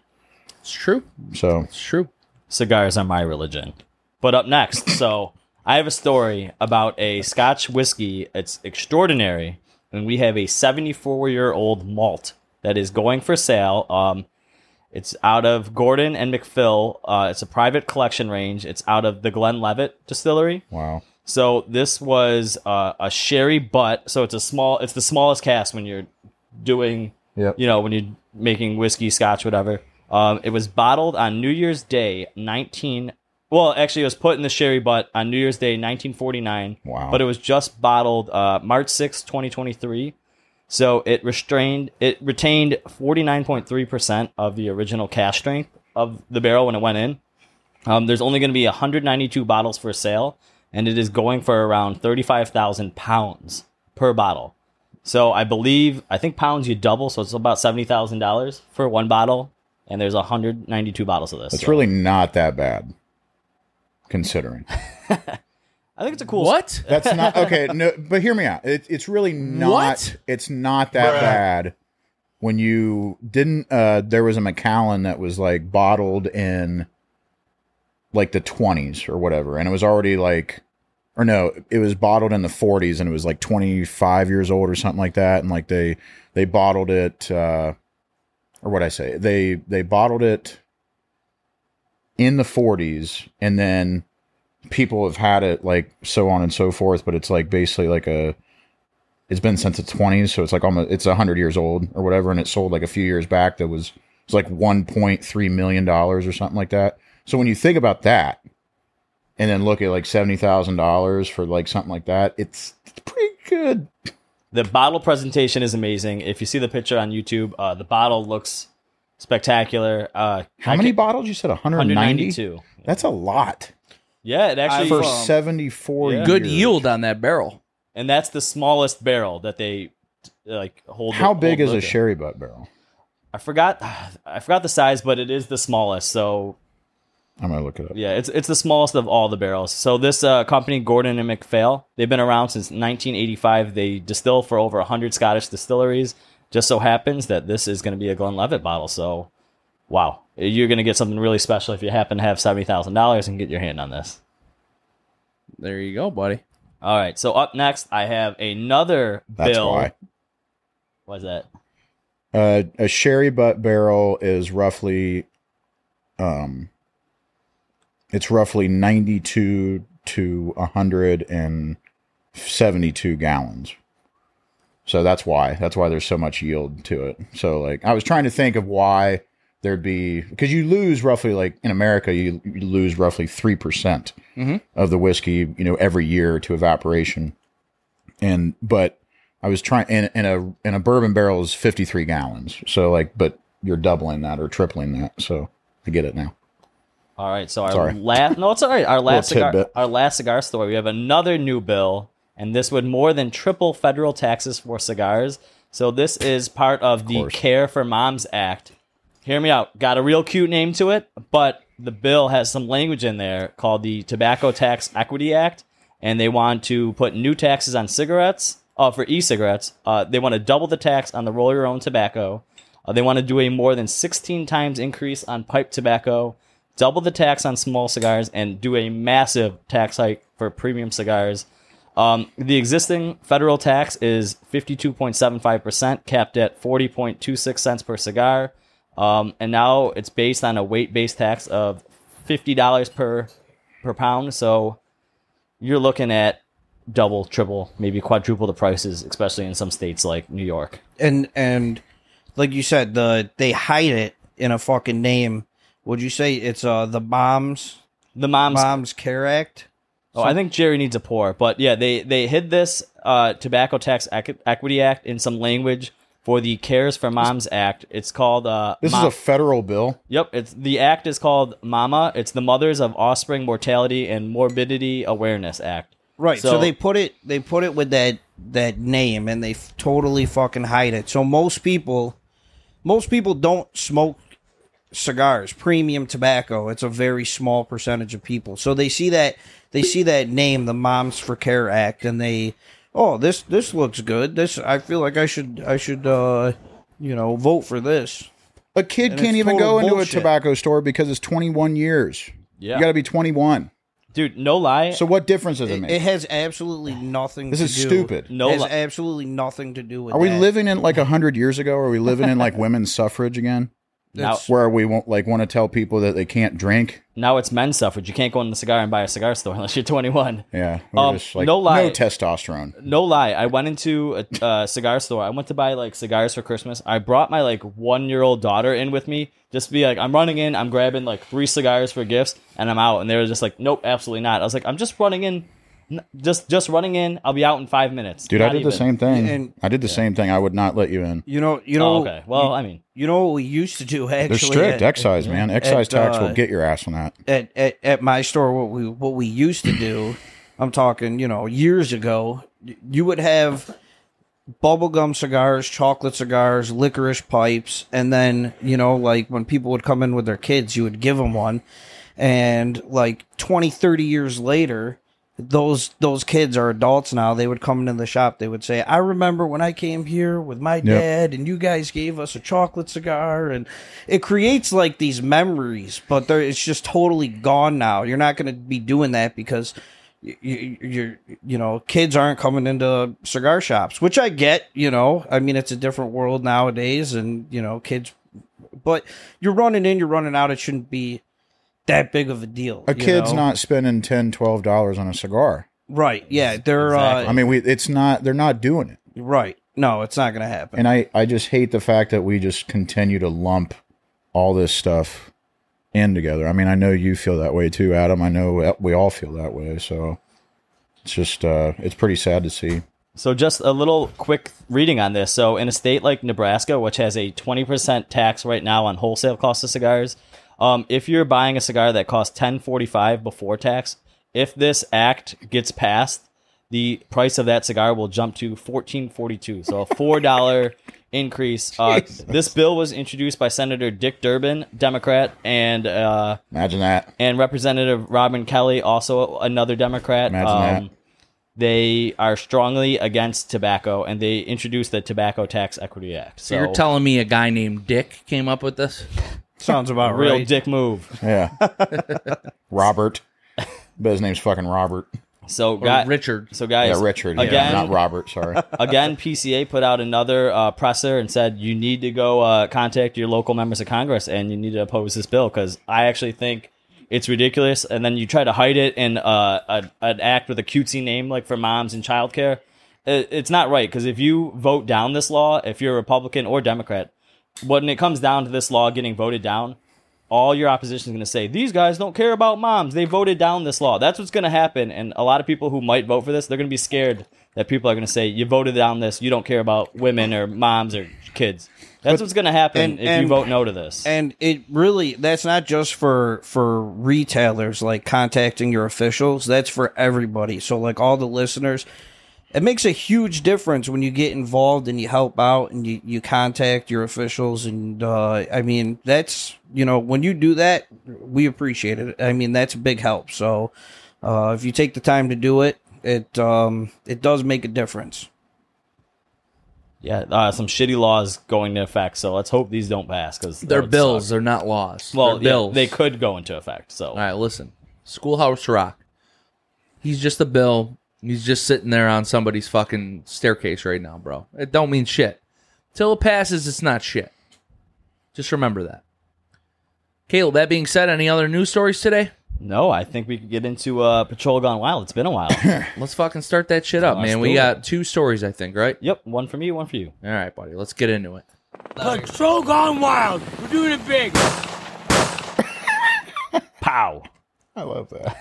A: It's true.
B: So
A: It's true.
C: Cigars are my religion. But up next, so I have a story about a Scotch whiskey. It's extraordinary, and we have a 74 year old malt that is going for sale. Um, it's out of Gordon and McPhill. Uh, it's a private collection range. It's out of the Glenlevet Distillery.
B: wow,
C: So this was uh, a sherry butt. So it's a small. It's the smallest cast when you're doing.
B: Yep.
C: You know when you're making whiskey, scotch, whatever. Um, it was bottled on New Year's Day, nineteen. Well, actually, it was put in the sherry butt on New Year's Day, nineteen forty nine.
B: Wow.
C: But it was just bottled uh, March 6, twenty twenty three. So it restrained. It retained forty nine point three percent of the original cash strength of the barrel when it went in. Um, there's only going to be 192 bottles for sale, and it is going for around 35,000 pounds per bottle. So I believe, I think pounds you double, so it's about $70,000 for one bottle, and there's 192 bottles of this.
B: it's
C: So
B: really not that bad. Considering
C: I think it's a cool.
A: What?
B: that's not okay. No, but hear me out. It, it's really not.
A: What?
B: It's not that bad. When you didn't, uh, there was a Macallan that was like bottled in like the twenties or whatever, and it was already like, or no, it was bottled in the forties, and it was like twenty five years old or something like that, and like they they bottled it, uh, or what I say, they they bottled it in the forties, and then people have had it like so on and so forth but it's like basically like a it's been since the 20s so it's like almost it's 100 years old or whatever and it sold like a few years back that was it's like 1.3 million dollars or something like that so when you think about that and then look at like $70,000 for like something like that it's pretty good
C: The bottle presentation is amazing. If you see the picture on YouTube, uh, the bottle looks spectacular. Uh,
B: how
C: I
B: many
C: can-
B: bottles you said 190
C: 192.
B: that's a lot
C: Yeah, it actually.
B: for
D: Um,
B: 74
C: yeah.
A: Good
B: years.
A: yield on that barrel.
C: and that's the smallest barrel that they like hold.
B: how
C: hold
B: big is a
C: liquor.
B: sherry butt barrel
C: I forgot I forgot the size, but it is the smallest. So
B: i'm gonna look it up
C: yeah, it's it's the smallest of all the barrels. So this uh, company, Gordon and MacPhail, they've been around since 1985. They distill for over 100 Scottish distilleries. Just so happens that this is going to be a Glenlivet bottle. So wow, you're going to get something really special if you happen to have seventy thousand dollars and get your hand on this.
A: There you go, buddy.
C: All right, so up next I have another
B: that's
C: bill.
B: why
C: What's that?
B: Uh, a sherry butt barrel is roughly, um, it's roughly ninety-two to hundred and seventy-two gallons. So that's why that's why there's so much yield to it. So like I was trying to think of why there'd be because you lose roughly like in America you, you lose roughly three percent of the whiskey you know every year to evaporation, and but I was trying and, and a and a bourbon barrel is 53 gallons. So like but you're doubling that or tripling that. So I get it now.
C: All right, so our
B: Sorry.
C: last no, it's all right. Our last cigar,
B: tidbit.
C: our last cigar story. We have another new bill, and this would more than triple federal taxes for cigars. So this is part of, the
B: course.
C: Care for Moms Act, hear me out. Got a real cute name to it, but the bill has some language in there called the Tobacco Tax Equity Act, and they want to put new taxes on cigarettes. Uh, for e-cigarettes, uh, they want to double the tax on the roll-your-own tobacco. Uh, they want to do a more than 16 times increase on pipe tobacco, double the tax on small cigars, and do a massive tax hike for premium cigars. Um, the existing federal tax is 52.75%, capped at 40.26 cents per cigar. Um, and now it's based on a weight based tax of $50 per, per pound. So you're looking at double, triple, maybe quadruple the prices, especially in some states like New York.
D: and and like you said, the they hide it in a fucking name. Would you say it's uh the bombs
C: The mom's
D: bombs care act?
C: Oh, I think Jerry needs a pour. But yeah, they they hid this uh, Tobacco Tax Equ- Equity Act in some language for the Cares for Moms Act. It's called uh,
B: This
C: Mom-
B: is a federal bill.
C: Yep, it's the act is called MAMA. It's the Mothers of Offspring Mortality and Morbidity Awareness Act.
D: Right. So,
C: So-
D: they put it they put it with that that name and they f- totally fucking hide it. So most people most people don't smoke cigars, premium tobacco. It's a very small percentage of people. So they see that they see that name, the Moms for Care Act and they oh, this this looks good. This I feel like I should I should uh you know, vote for this.
B: A kid
D: And
B: can't
D: it's
B: even
D: total
B: go into
D: bullshit.
B: a tobacco store because it's 21 years.
C: Yeah.
B: You got to be 21.
C: Dude, no lie.
B: So what difference does it,
D: It,
B: make?
D: it has absolutely nothing
B: this
D: to
B: is
D: do-
B: stupid.
C: no
D: it has
C: li-
D: absolutely nothing to do with
B: Are we
D: that.
B: living in like 100 years ago? Are we living in like women's suffrage again?
C: now,
B: Where we won't like want to tell people that they can't drink?
C: now it's men's suffrage. You can't go in the cigar and buy a cigar store unless you're 21.
B: Yeah. we're
C: Um, no lie.
B: No testosterone.
C: No lie, I went into a uh, cigar store. I went to buy like cigars for Christmas. I brought my like one year old daughter in with me just to be like, I'm running in, I'm grabbing like three cigars for gifts, and I'm out. And they were just like, Nope, absolutely not. I was like, I'm just running in, N- just just running in. I'll be out in five minutes.
B: Dude, I
C: Not
B: did the
C: even.
B: same thing.
D: And-
B: I did the same thing. I would not let you in.
D: You know, you know.
C: Oh, okay. Well, I mean,
D: You know what we used to do actually.
B: They're strict.
D: at,
B: excise, man. Excise
D: at,
B: tax
D: uh,
B: will get your ass on that.
D: At, at at my store, what we what we used to do, I'm talking, you know, years ago, y- you would have bubblegum cigars, chocolate cigars, licorice pipes, and then you know, like when people would come in with their kids, you would give them one, and like 20, 30 years later. Those those kids are adults now. They would come into the shop. They would say, "I remember when I came here with my
B: Yep.
D: dad, and you guys gave us a chocolate cigar." And it creates like these memories, but they're- it's just totally gone now. You're not going to be doing that because you, you, you know, kids aren't coming into cigar shops, which I get, you know, I mean, it's a different world nowadays and, you know, kids, but you're running in, you're running out. It shouldn't be that big of a deal.
B: A
D: you
B: kid's
D: know?
B: not spending 10 dollars on a cigar.
D: right. Yeah. They're,
B: I mean, we it's not they're not doing it.
D: uh, right. No, it's not going to happen.
B: And I I just hate the fact that we just continue to lump all this stuff in together. I mean, I know you feel that way too, Adam. I know we all feel that way. So it's just uh it's pretty sad to see.
C: So just a little quick reading on this. So in a state like Nebraska, which has a 20% tax right now on wholesale cost of cigars, um, if you're buying a cigar that costs 10.45 before tax, if this act gets passed, the price of that cigar will jump to 14.42. So a $4 increase. Uh, this bill was introduced by Senator Dick Durbin, Democrat, and uh,
B: Imagine that.
C: and Representative Robin Kelly, also another Democrat.
B: Imagine
C: um,
B: that.
C: They are strongly against tobacco, and they introduced the Tobacco Tax Equity Act. So,
A: So you're telling me a guy named Dick came up with this?
D: Sounds about
C: real
D: right.
C: dick move.
B: Yeah. Robert. But his name's fucking Robert.
C: So
A: Or
C: guy,
A: Richard?
C: So guys,
B: Yeah, Richard. Yeah,
C: again.
B: not Robert, sorry.
C: again, PCA put out another uh, presser and said you need to go uh, contact your local members of Congress and you need to oppose this bill because I actually think it's ridiculous. And then you try to hide it in uh, a, an act with a cutesy name like for moms and childcare. It, it's not right because if you vote down this law, if you're a Republican or Democrat, when it comes down to this law getting voted down, all your opposition is going to say these guys don't care about moms they voted down this law that's what's going to happen and a lot of people who might vote for this they're going to be scared that people are going to say you voted down this you don't care about women or moms or kids that's what's going to happen
D: and-
C: if
D: and-
C: you vote no to this
D: and it really that's not just for for retailers like contacting your officials that's for everybody so like all the listeners It makes a huge difference when you get involved and you help out and you, you contact your officials. And uh, I mean, that's, you know, when you do that, we appreciate it. I mean, that's a big help. So uh, if you take the time to do it, it um, it does make a difference.
C: Yeah, uh, some shitty laws going into effect. So let's hope these don't pass because
A: They're bills. They're not laws.
C: Well,
A: They're
C: yeah,
A: bills.
C: they could go into effect. So
A: All right, listen. Schoolhouse Rock. He's just a bill. He's just sitting there on somebody's fucking staircase right now, bro. It don't mean shit. Till it passes, it's not shit. Just remember that. Caleb, that being said, any other news stories today?
C: no, I think we could get into uh, Patrol Gone Wild. It's been a while.
A: Let's fucking start that shit up, man. We
C: do it.
A: got two stories, I think, right?
C: yep, one for me, one for you.
A: All right, buddy. Let's get into it.
G: Patrol gone wild. We're doing it big.
C: Pow.
B: I love that.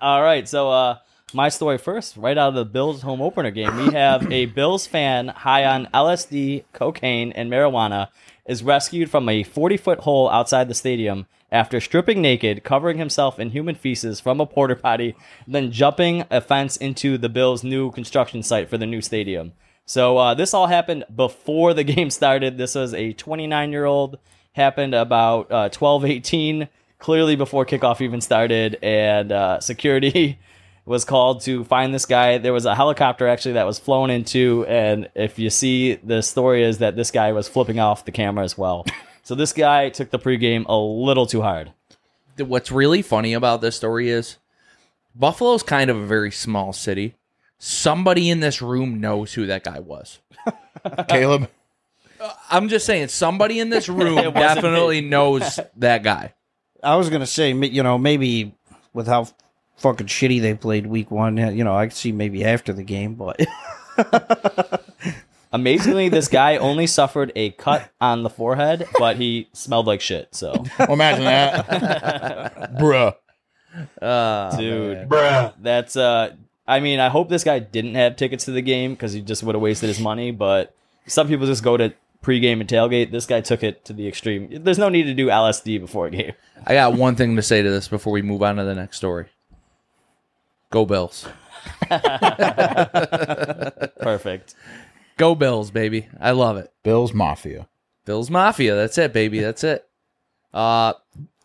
C: All right, so uh, my story first, right out of the Bills home opener game, we have a Bills fan high on LSD, cocaine, and marijuana is rescued from a 40 foot hole outside the stadium after stripping naked, covering himself in human feces from a porter potty, then jumping a fence into the Bills' new construction site for the new stadium. So uh, this all happened before the game started. This was a 29 year old happened about uh, 12 18 clearly before kickoff even started and uh, security was called to find this guy there was a helicopter actually that was flown into and if you see the story is that this guy was flipping off the camera as well so this guy took the pregame a little too hard
A: th- what's really funny about this story is Buffalo's kind of a very small city. Somebody in this room knows who that guy was.
B: Caleb,
A: I'm just saying, somebody in this room
C: It wasn't
A: definitely knows that guy.
D: I was gonna say, ma- you know, maybe with how fucking shitty they played week one, you know, I could see maybe after the game, but
C: amazingly this guy only suffered a cut on the forehead but he smelled like shit so
B: well, imagine that, bruh.
C: dude bruh that's uh i mean i hope this guy didn't have tickets to the game because he just would have wasted his money but some people just go to pregame and tailgate this guy took it to the extreme there's no need to do lsd before a game
A: I got one thing to say to this before we move on to the next story. Go Bills.
C: perfect
A: Go Bills, baby. I love it.
B: Bill's Mafia.
A: Bills Mafia. That's it, baby. That's it. Uh,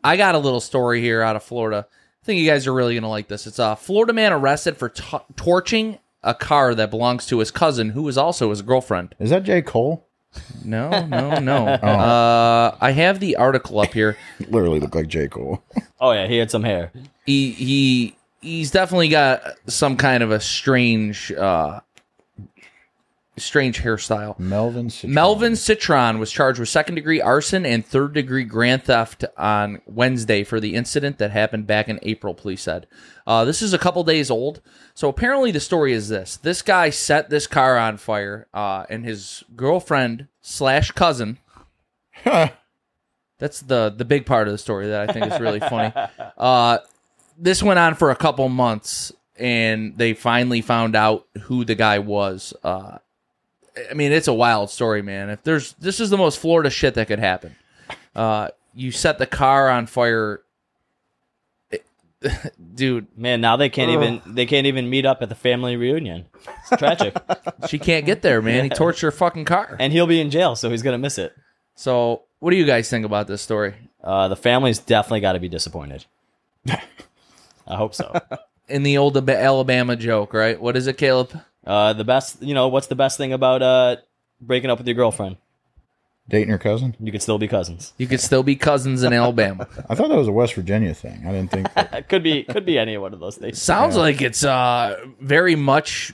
A: I got a little story here out of Florida. I think you guys are really going to like this. It's a Florida man arrested for to torching a car that belongs to his cousin, who is also his girlfriend.
B: Is that J. Cole?
A: No, no, no. Uh, I have the article up here.
B: Literally looked like J. Cole.
C: oh yeah he had some hair
A: He he he's definitely got some kind of a strange uh, strange hairstyle.
B: Melvin. Citron.
A: Melvin Citron was charged with second degree arson and third degree grand theft on Wednesday for the incident that happened back in April, police said. Uh, this is a couple days old. So apparently, the story is this this guy set this car on fire, uh, and his girlfriend slash cousin. That's the, the big part of the story that I think is really funny. Uh, this went on for a couple months, and they finally found out who the guy was. Uh, I mean, it's a wild story, man. If there's this is the most Florida shit that could happen. Uh, you set the car on fire, It- dude.
C: man now they can't even they can't even meet up at the family reunion it's tragic
A: She can't get there, man. He torched her fucking car.
C: and he'll be in jail so he's gonna miss it
A: So, what do you guys think about this story?
C: uh, the family's definitely got to be disappointed i hope so
A: In the old Ab- Alabama joke, right? What is it, Caleb?
C: uh, the best you know what's the best thing about uh, breaking up with your girlfriend
B: dating your cousin.
C: you could still be cousins
A: You could still be cousins in Alabama.
B: I thought that was a West Virginia thing. I didn't think. That,
C: It could be could be any one of those things.
A: Sounds like it's uh very much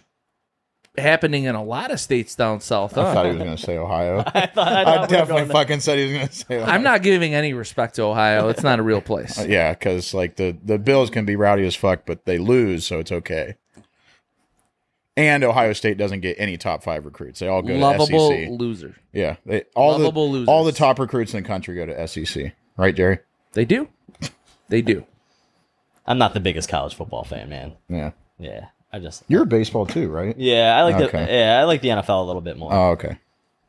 A: happening in a lot of states down south.
B: I
A: Huh?
B: thought he was going to say Ohio.
C: I thought I,
B: I
C: thought we were going
B: definitely
C: there.
B: fucking said he was going to say. Ohio.
A: I'm not giving any respect to Ohio. It's not a real place.
B: Yeah, because like the the Bills can be rowdy as fuck, but they lose, so it's okay. And Ohio State doesn't get any top five recruits. They all go
A: Lovable
B: to SEC.
A: loser.
B: Yeah, they, all
A: lovable
B: the
A: losers.
B: all the top recruits in the country go to SEC. Right, Jerry?
A: They do. They do.
C: I'm not the biggest college football fan, man.
B: Yeah,
C: Yeah, I just
B: you're a baseball too, right?
C: yeah I like the
B: Okay.
C: yeah I like the NFL a little bit
A: Uh,
C: more.
B: Oh, okay.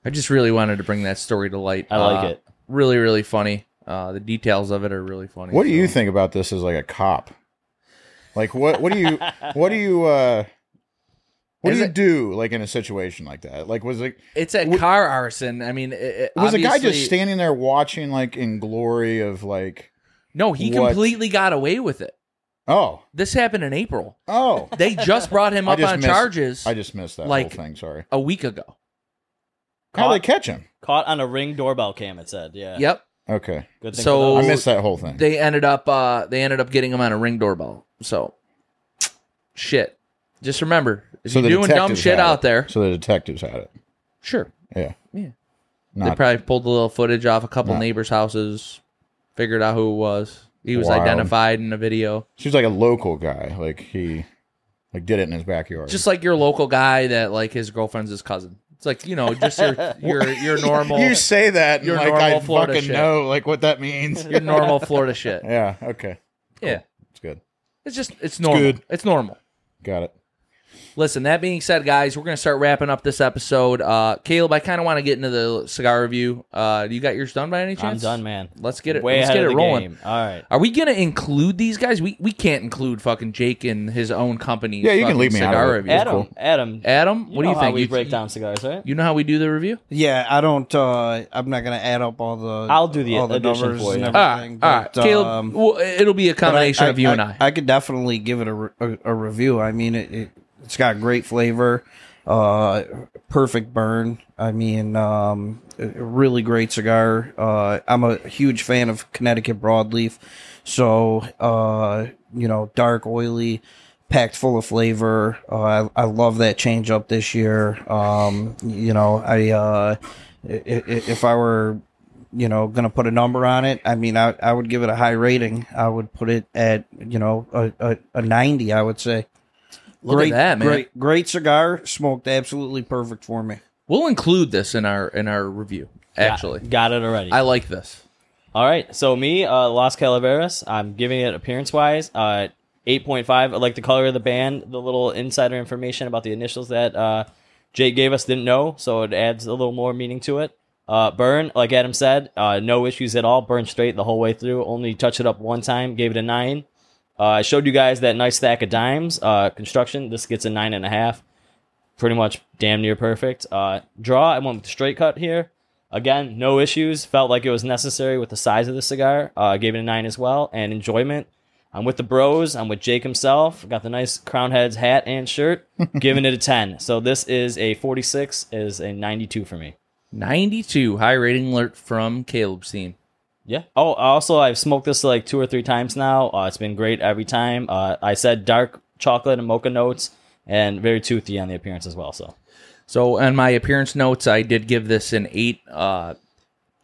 A: I just really wanted to bring that story to light. Uh,
C: I like it.
A: Really, really funny. Uh, the details of it are really funny.
B: What do
A: so-
B: you think about this as like a cop? Like what what do you what do you uh What do
A: Is
B: you
A: it-
B: do like in a situation like that? Like was it
A: It's a car arson. I mean, it, it-
B: was a guy just
A: obviously-
B: standing there watching like in glory of like
A: No, he
B: What?
A: completely got away with it.
B: oh
A: This happened in April.
B: oh
A: They just brought him
B: I
A: up
B: just
A: on
B: missed-
A: charges
B: I just missed that
A: Like-
B: whole thing. Sorry.
A: a week ago.
B: How would they catch him?
C: Caught on a ring doorbell cam. It said, "Yeah,
A: Yep.
B: Okay,
C: Good thing
A: So-
C: for
B: I
C: those.
B: missed that whole thing.
A: They ended up uh they ended up getting him on a ring doorbell. So shit. Just remember, if
B: the
A: you're doing dumb
B: detectives
A: shit
B: had it.
A: out there,
B: So the detectives had it.
A: sure.
B: Yeah.
A: Yeah. they
B: Not
A: probably pulled a little footage off a couple
B: Nah.
A: neighbors' houses, figured out who it was. He was
B: Wild.
A: identified in a video.
B: She was like a local guy. Like he like did it in his backyard.
A: Just like your local guy that like his girlfriend's his cousin. It's like, you know, just your your your normal
B: you say that and
A: Your
B: like I
A: normal Florida
B: fucking
A: shit.
B: know like what that means.
A: your normal Florida shit.
B: yeah. Okay.
A: Yeah.
B: It's good.
A: It's just it's normal.
B: good.
A: it's normal.
B: Got it.
A: Listen, that being said, guys, we're going to start wrapping up this episode. Uh, Caleb, I kind of want to get into the cigar review. Uh, you got yours done by any
C: I'm
A: chance?
C: done, man.
A: Let's get it.
C: Way
A: let's
C: ahead
A: get
C: of
A: it
C: the
A: rolling.
C: game. All right.
A: Are we going to include these guys? We we can't include fucking Jake and his own company.
B: Yeah, you can leave me out of it.
A: review.
C: Adam,
B: cool.
C: Adam,
A: Adam, what do
C: know
A: you
C: how
A: think?
C: We
A: you
C: break down cigars, right?
A: You know how we do the review?
D: Yeah, I don't. uh I'm not gonna add up all the.
C: I'll do the
D: all the
C: addition
D: numbers
C: for you.
D: and
C: All
A: All
D: everything.
A: right, all right.
D: but,
A: Ah, Caleb,
D: um,
A: well, it'll be a
D: but
A: combination of you and I.
D: I could definitely give it a, re- a, a review. I mean, it, it it's got great flavor, uh, perfect burn. I mean, um, a a really great cigar. Uh, I'm a huge fan of Connecticut broadleaf, so uh, you know, dark, oily. Packed full of flavor. Uh, I, I love that change up this year. Um, you know, I uh, i- i- if I were you know going to put a number on it i mean I, I would give it a high rating i would put it at you know a, a, a 90 i would say
A: Look at
D: great
A: that, man.
D: great great cigar smoked absolutely perfect for me
A: we'll include this in our in our review. Actually,
C: got it already.
A: I like this.
C: All right, so me, uh, Las Calaveras, I'm giving it appearance wise, uh, 8.5. I like the color of the band, the little insider information about the initials that uh, Jake gave us didn't know, so it adds a little more meaning to it. Uh, burn, like Adam said, uh, no issues at all, burn straight the whole way through, only touch it up one time, gave it a 9. Uh, I showed you guys that nice stack of dimes, uh, construction, this gets a 9.5 pretty much damn near perfect. Uh, draw, I went with the straight cut here. Again, no issues. Felt like it was necessary with the size of the cigar. Uh, gave it a nine as well. And enjoyment. I'm with the bros. I'm with Jake himself. Got the nice crown heads hat and shirt. giving it a ten. So this is a 46. Is a 92 for me.
A: 92 high rating alert from Caleb's team.
C: Yeah. Oh, also, I've smoked this like two or three times now. Uh, it's been great every time. Uh, I said dark chocolate and mocha notes, and very toothy on the appearance as well. So
A: So on my appearance notes, I did give this an eight. Uh,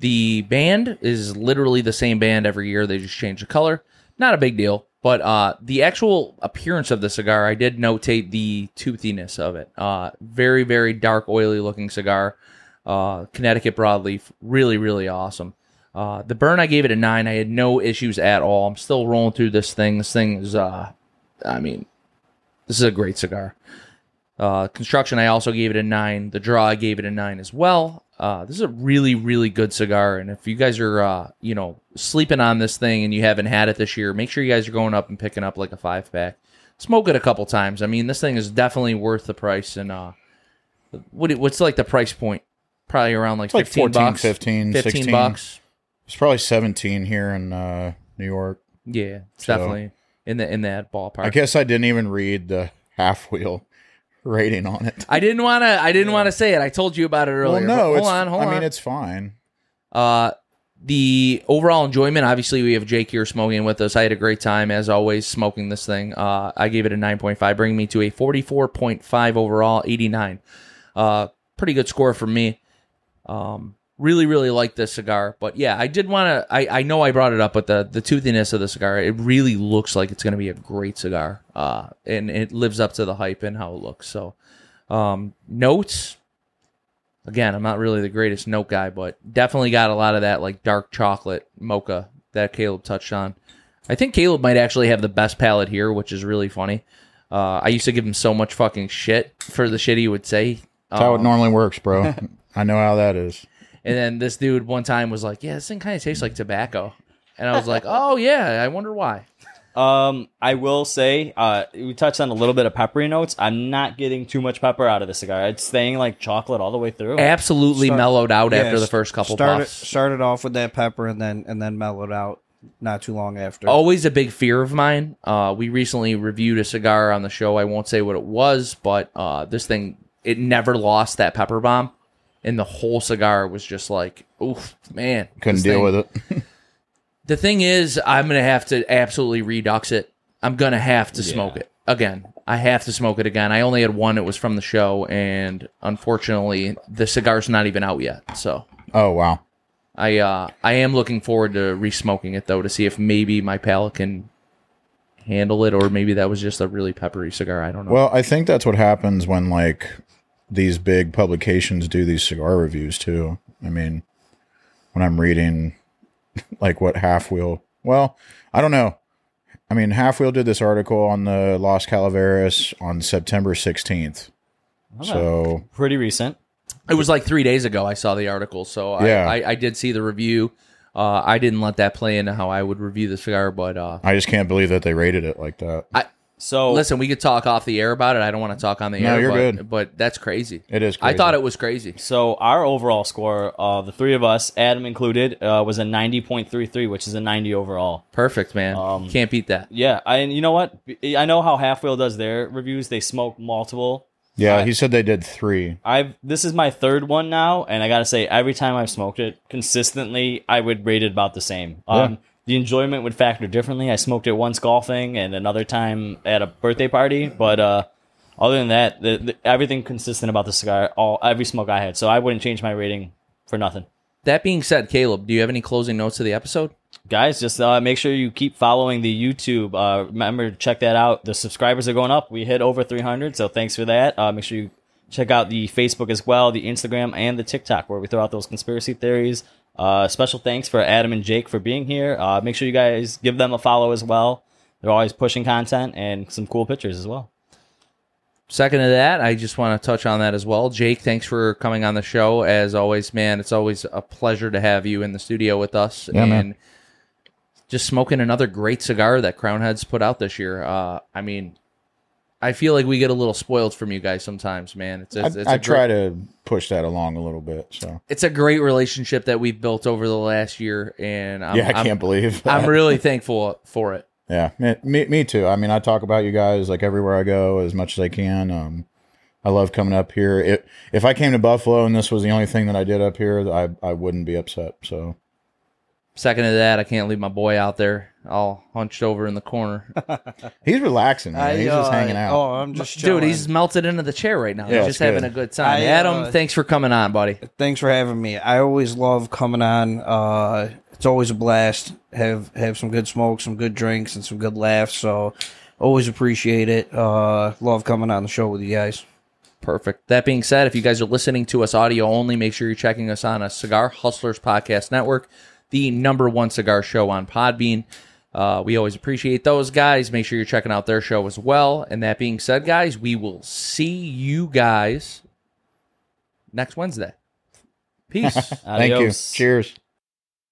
A: the band is literally the same band every year. They just change the color. Not a big deal. But uh, the actual appearance of the cigar, I did notate the toothiness of it. Uh, very, very dark, oily looking cigar. Uh, Connecticut broadleaf. Really, really awesome. Uh, the burn, I gave it a nine. I had no issues at all. I'm still rolling through this thing. This thing is, uh, I mean, this is a great cigar. Uh, construction, I also gave it a nine. The draw, I gave it a nine as well. Uh, this is a really, really good cigar, and if you guys are, uh, you know, sleeping on this thing and you haven't had it this year, make sure you guys are going up and picking up like a five pack. Smoke it a couple times. I mean, this thing is definitely worth the price. And uh, what it- what's like the price point? Probably around like
B: It's like
A: fifteen
B: 14,
A: bucks,
B: 15, 16.
A: bucks.
B: It's probably 17 here in uh, New York.
A: Yeah, it's
B: So-
A: definitely in the in that ballpark.
B: I guess I didn't even read the half wheel rating on it.
A: I didn't want to. I didn't want to say it. I told you about it
B: Well,
A: earlier. but
B: no,
A: hold
B: it's,
A: on, hold
B: I
A: on.
B: mean, it's fine.
A: Uh, the overall enjoyment, obviously, we have Jake here smoking with us. I had a great time, as always, smoking this thing. Uh, I gave it a 9.5, bringing me to a 44.5 overall, 89. Uh, pretty good score for me. Um, really, really like this cigar. But yeah, I did want to. I, I know I brought it up, but the, the toothiness of the cigar, it really looks like it's going to be a great cigar. Uh, and it lives up to the hype and how it looks. So, um, notes again, I'm not really the greatest note guy, but definitely got a lot of that like dark chocolate mocha that Caleb touched on. I think Caleb might actually have the best palate here, which is really funny. Uh, I used to give him so much fucking shit for the shit he would say.
B: That's how it
A: Um,
B: normally works, bro. I know how that is.
A: and then this dude one time was like, "Yeah, this thing kind of tastes like tobacco," and I was like, "Oh yeah, I wonder why."
C: Um, I will say, uh, we touched on a little bit of peppery notes. I'm not getting too much pepper out of the cigar. It's staying like chocolate all the way through.
A: Absolutely
D: Start-
A: mellowed out
D: Yeah,
A: after the
D: s-
A: first couple
D: started,
A: puffs.
D: Started off with that pepper and then and then mellowed out not too long after.
A: always a big fear of mine. Uh, we recently reviewed a cigar on the show. I won't say what it was, but uh, this thing it never lost that pepper bomb, and the whole cigar was just like, oof, man,
B: Couldn't deal with it.
A: The thing is, I'm gonna have to absolutely redux it. I'm gonna have to smoke it again. I have to smoke it again. I only had one. It was from the show, and unfortunately, the cigar's not even out yet. So
B: Oh wow.
A: I uh I am looking forward to re-smoking it though to see if maybe my palate can handle it or maybe that was just a really peppery cigar. I don't know.
B: Well, I think that's what happens when like these big publications do these cigar reviews too. I mean, when I'm reading like what Half Wheel, well, I don't know. I mean, Half Wheel did this article on the Los Calaveras on September 16th. So
C: Pretty recent.
A: it was like three days ago I saw the article, so
B: Yeah.
A: I, I, I did see the review. Uh, I didn't let that play into how I would review the cigar, but uh,
B: I just can't believe that they rated it like that.
C: So
A: listen, we could talk off the air about it. I don't want to talk on the
B: Oh. No,
A: air.
B: you're
A: but,
B: good.
A: but that's crazy.
B: It is.
A: I
B: crazy.
A: thought it was crazy.
C: So our overall score, uh, the three of us, Adam included, uh, was a ninety point three three, which is a ninety overall.
A: Perfect, man.
C: Um,
A: Can't beat that.
C: Yeah, I, and you know what? I know how Half Wheel does their reviews. They smoke multiple.
B: Yeah, he said they did three.
C: I've this is my third one now, and I gotta say, every time I've smoked it consistently, I would rate it about the same. Um, The enjoyment would factor differently. I smoked it once golfing and another time at a birthday party, but uh, other than that, the, the, everything consistent about the cigar. All every smoke I had, so I wouldn't change my rating for nothing.
A: That being said, Caleb, do you have any closing notes to the episode?
C: guys just uh, make sure you keep following the youtube uh, remember to check that out the subscribers are going up we hit over 300 so thanks for that uh, make sure you check out the facebook as well the instagram and the tiktok where we throw out those conspiracy theories uh, special thanks for adam and jake for being here uh, make sure you guys give them a follow as well they're always pushing content and some cool pictures as well
A: Second to that, I just want to touch on that as well. Jake, thanks for coming on the show. As always, man, it's always a pleasure to have you in the studio with us
B: Yeah,
A: and
B: man.
A: just smoking another great cigar that Crown Heads put out this year. Uh, I mean, I feel like we get a little spoiled from you guys sometimes, man. It's,
B: I,
A: it's, it's
B: I
A: a
B: try
A: great,
B: to push that along a little bit. So
A: It's a great relationship that we've built over the last year, and I'm,
B: yeah, I
A: I'm-
B: can't believe. that.
A: I'm really thankful for it.
B: Yeah, me, me, me too. I mean, I talk about you guys like everywhere I go as much as I can. Um, I love coming up here. If if I came to Buffalo and this was the only thing that I did up here, I I wouldn't be upset. So
A: Second to that, I can't leave my boy out there all hunched over in the corner.
B: he's relaxing. Man. he's just
D: uh,
B: hanging out.
D: Oh, I'm just chilling.
A: Dude, he's melted into the chair right now. he's
B: Yeah, it's
A: just having
B: good.
A: a good time.
D: I,
A: Adam,
D: uh,
A: thanks for coming on, buddy.
D: Thanks for having me. I always love coming on. Uh, it's always a blast. Have have some good smoke, some good drinks, and some good laughs. So always appreciate it. Uh, love coming on the show with you guys.
A: Perfect. That being said, if you guys are listening to us audio only, make sure you're checking us on a Cigar Hustlers Podcast Network, the number one cigar show on Podbean. Uh, we always appreciate those guys. Make sure you're checking out their show as well. And that being said, guys, we will see you guys next Wednesday. Peace.
B: Thank you.
C: oh, Adios.
B: Cheers.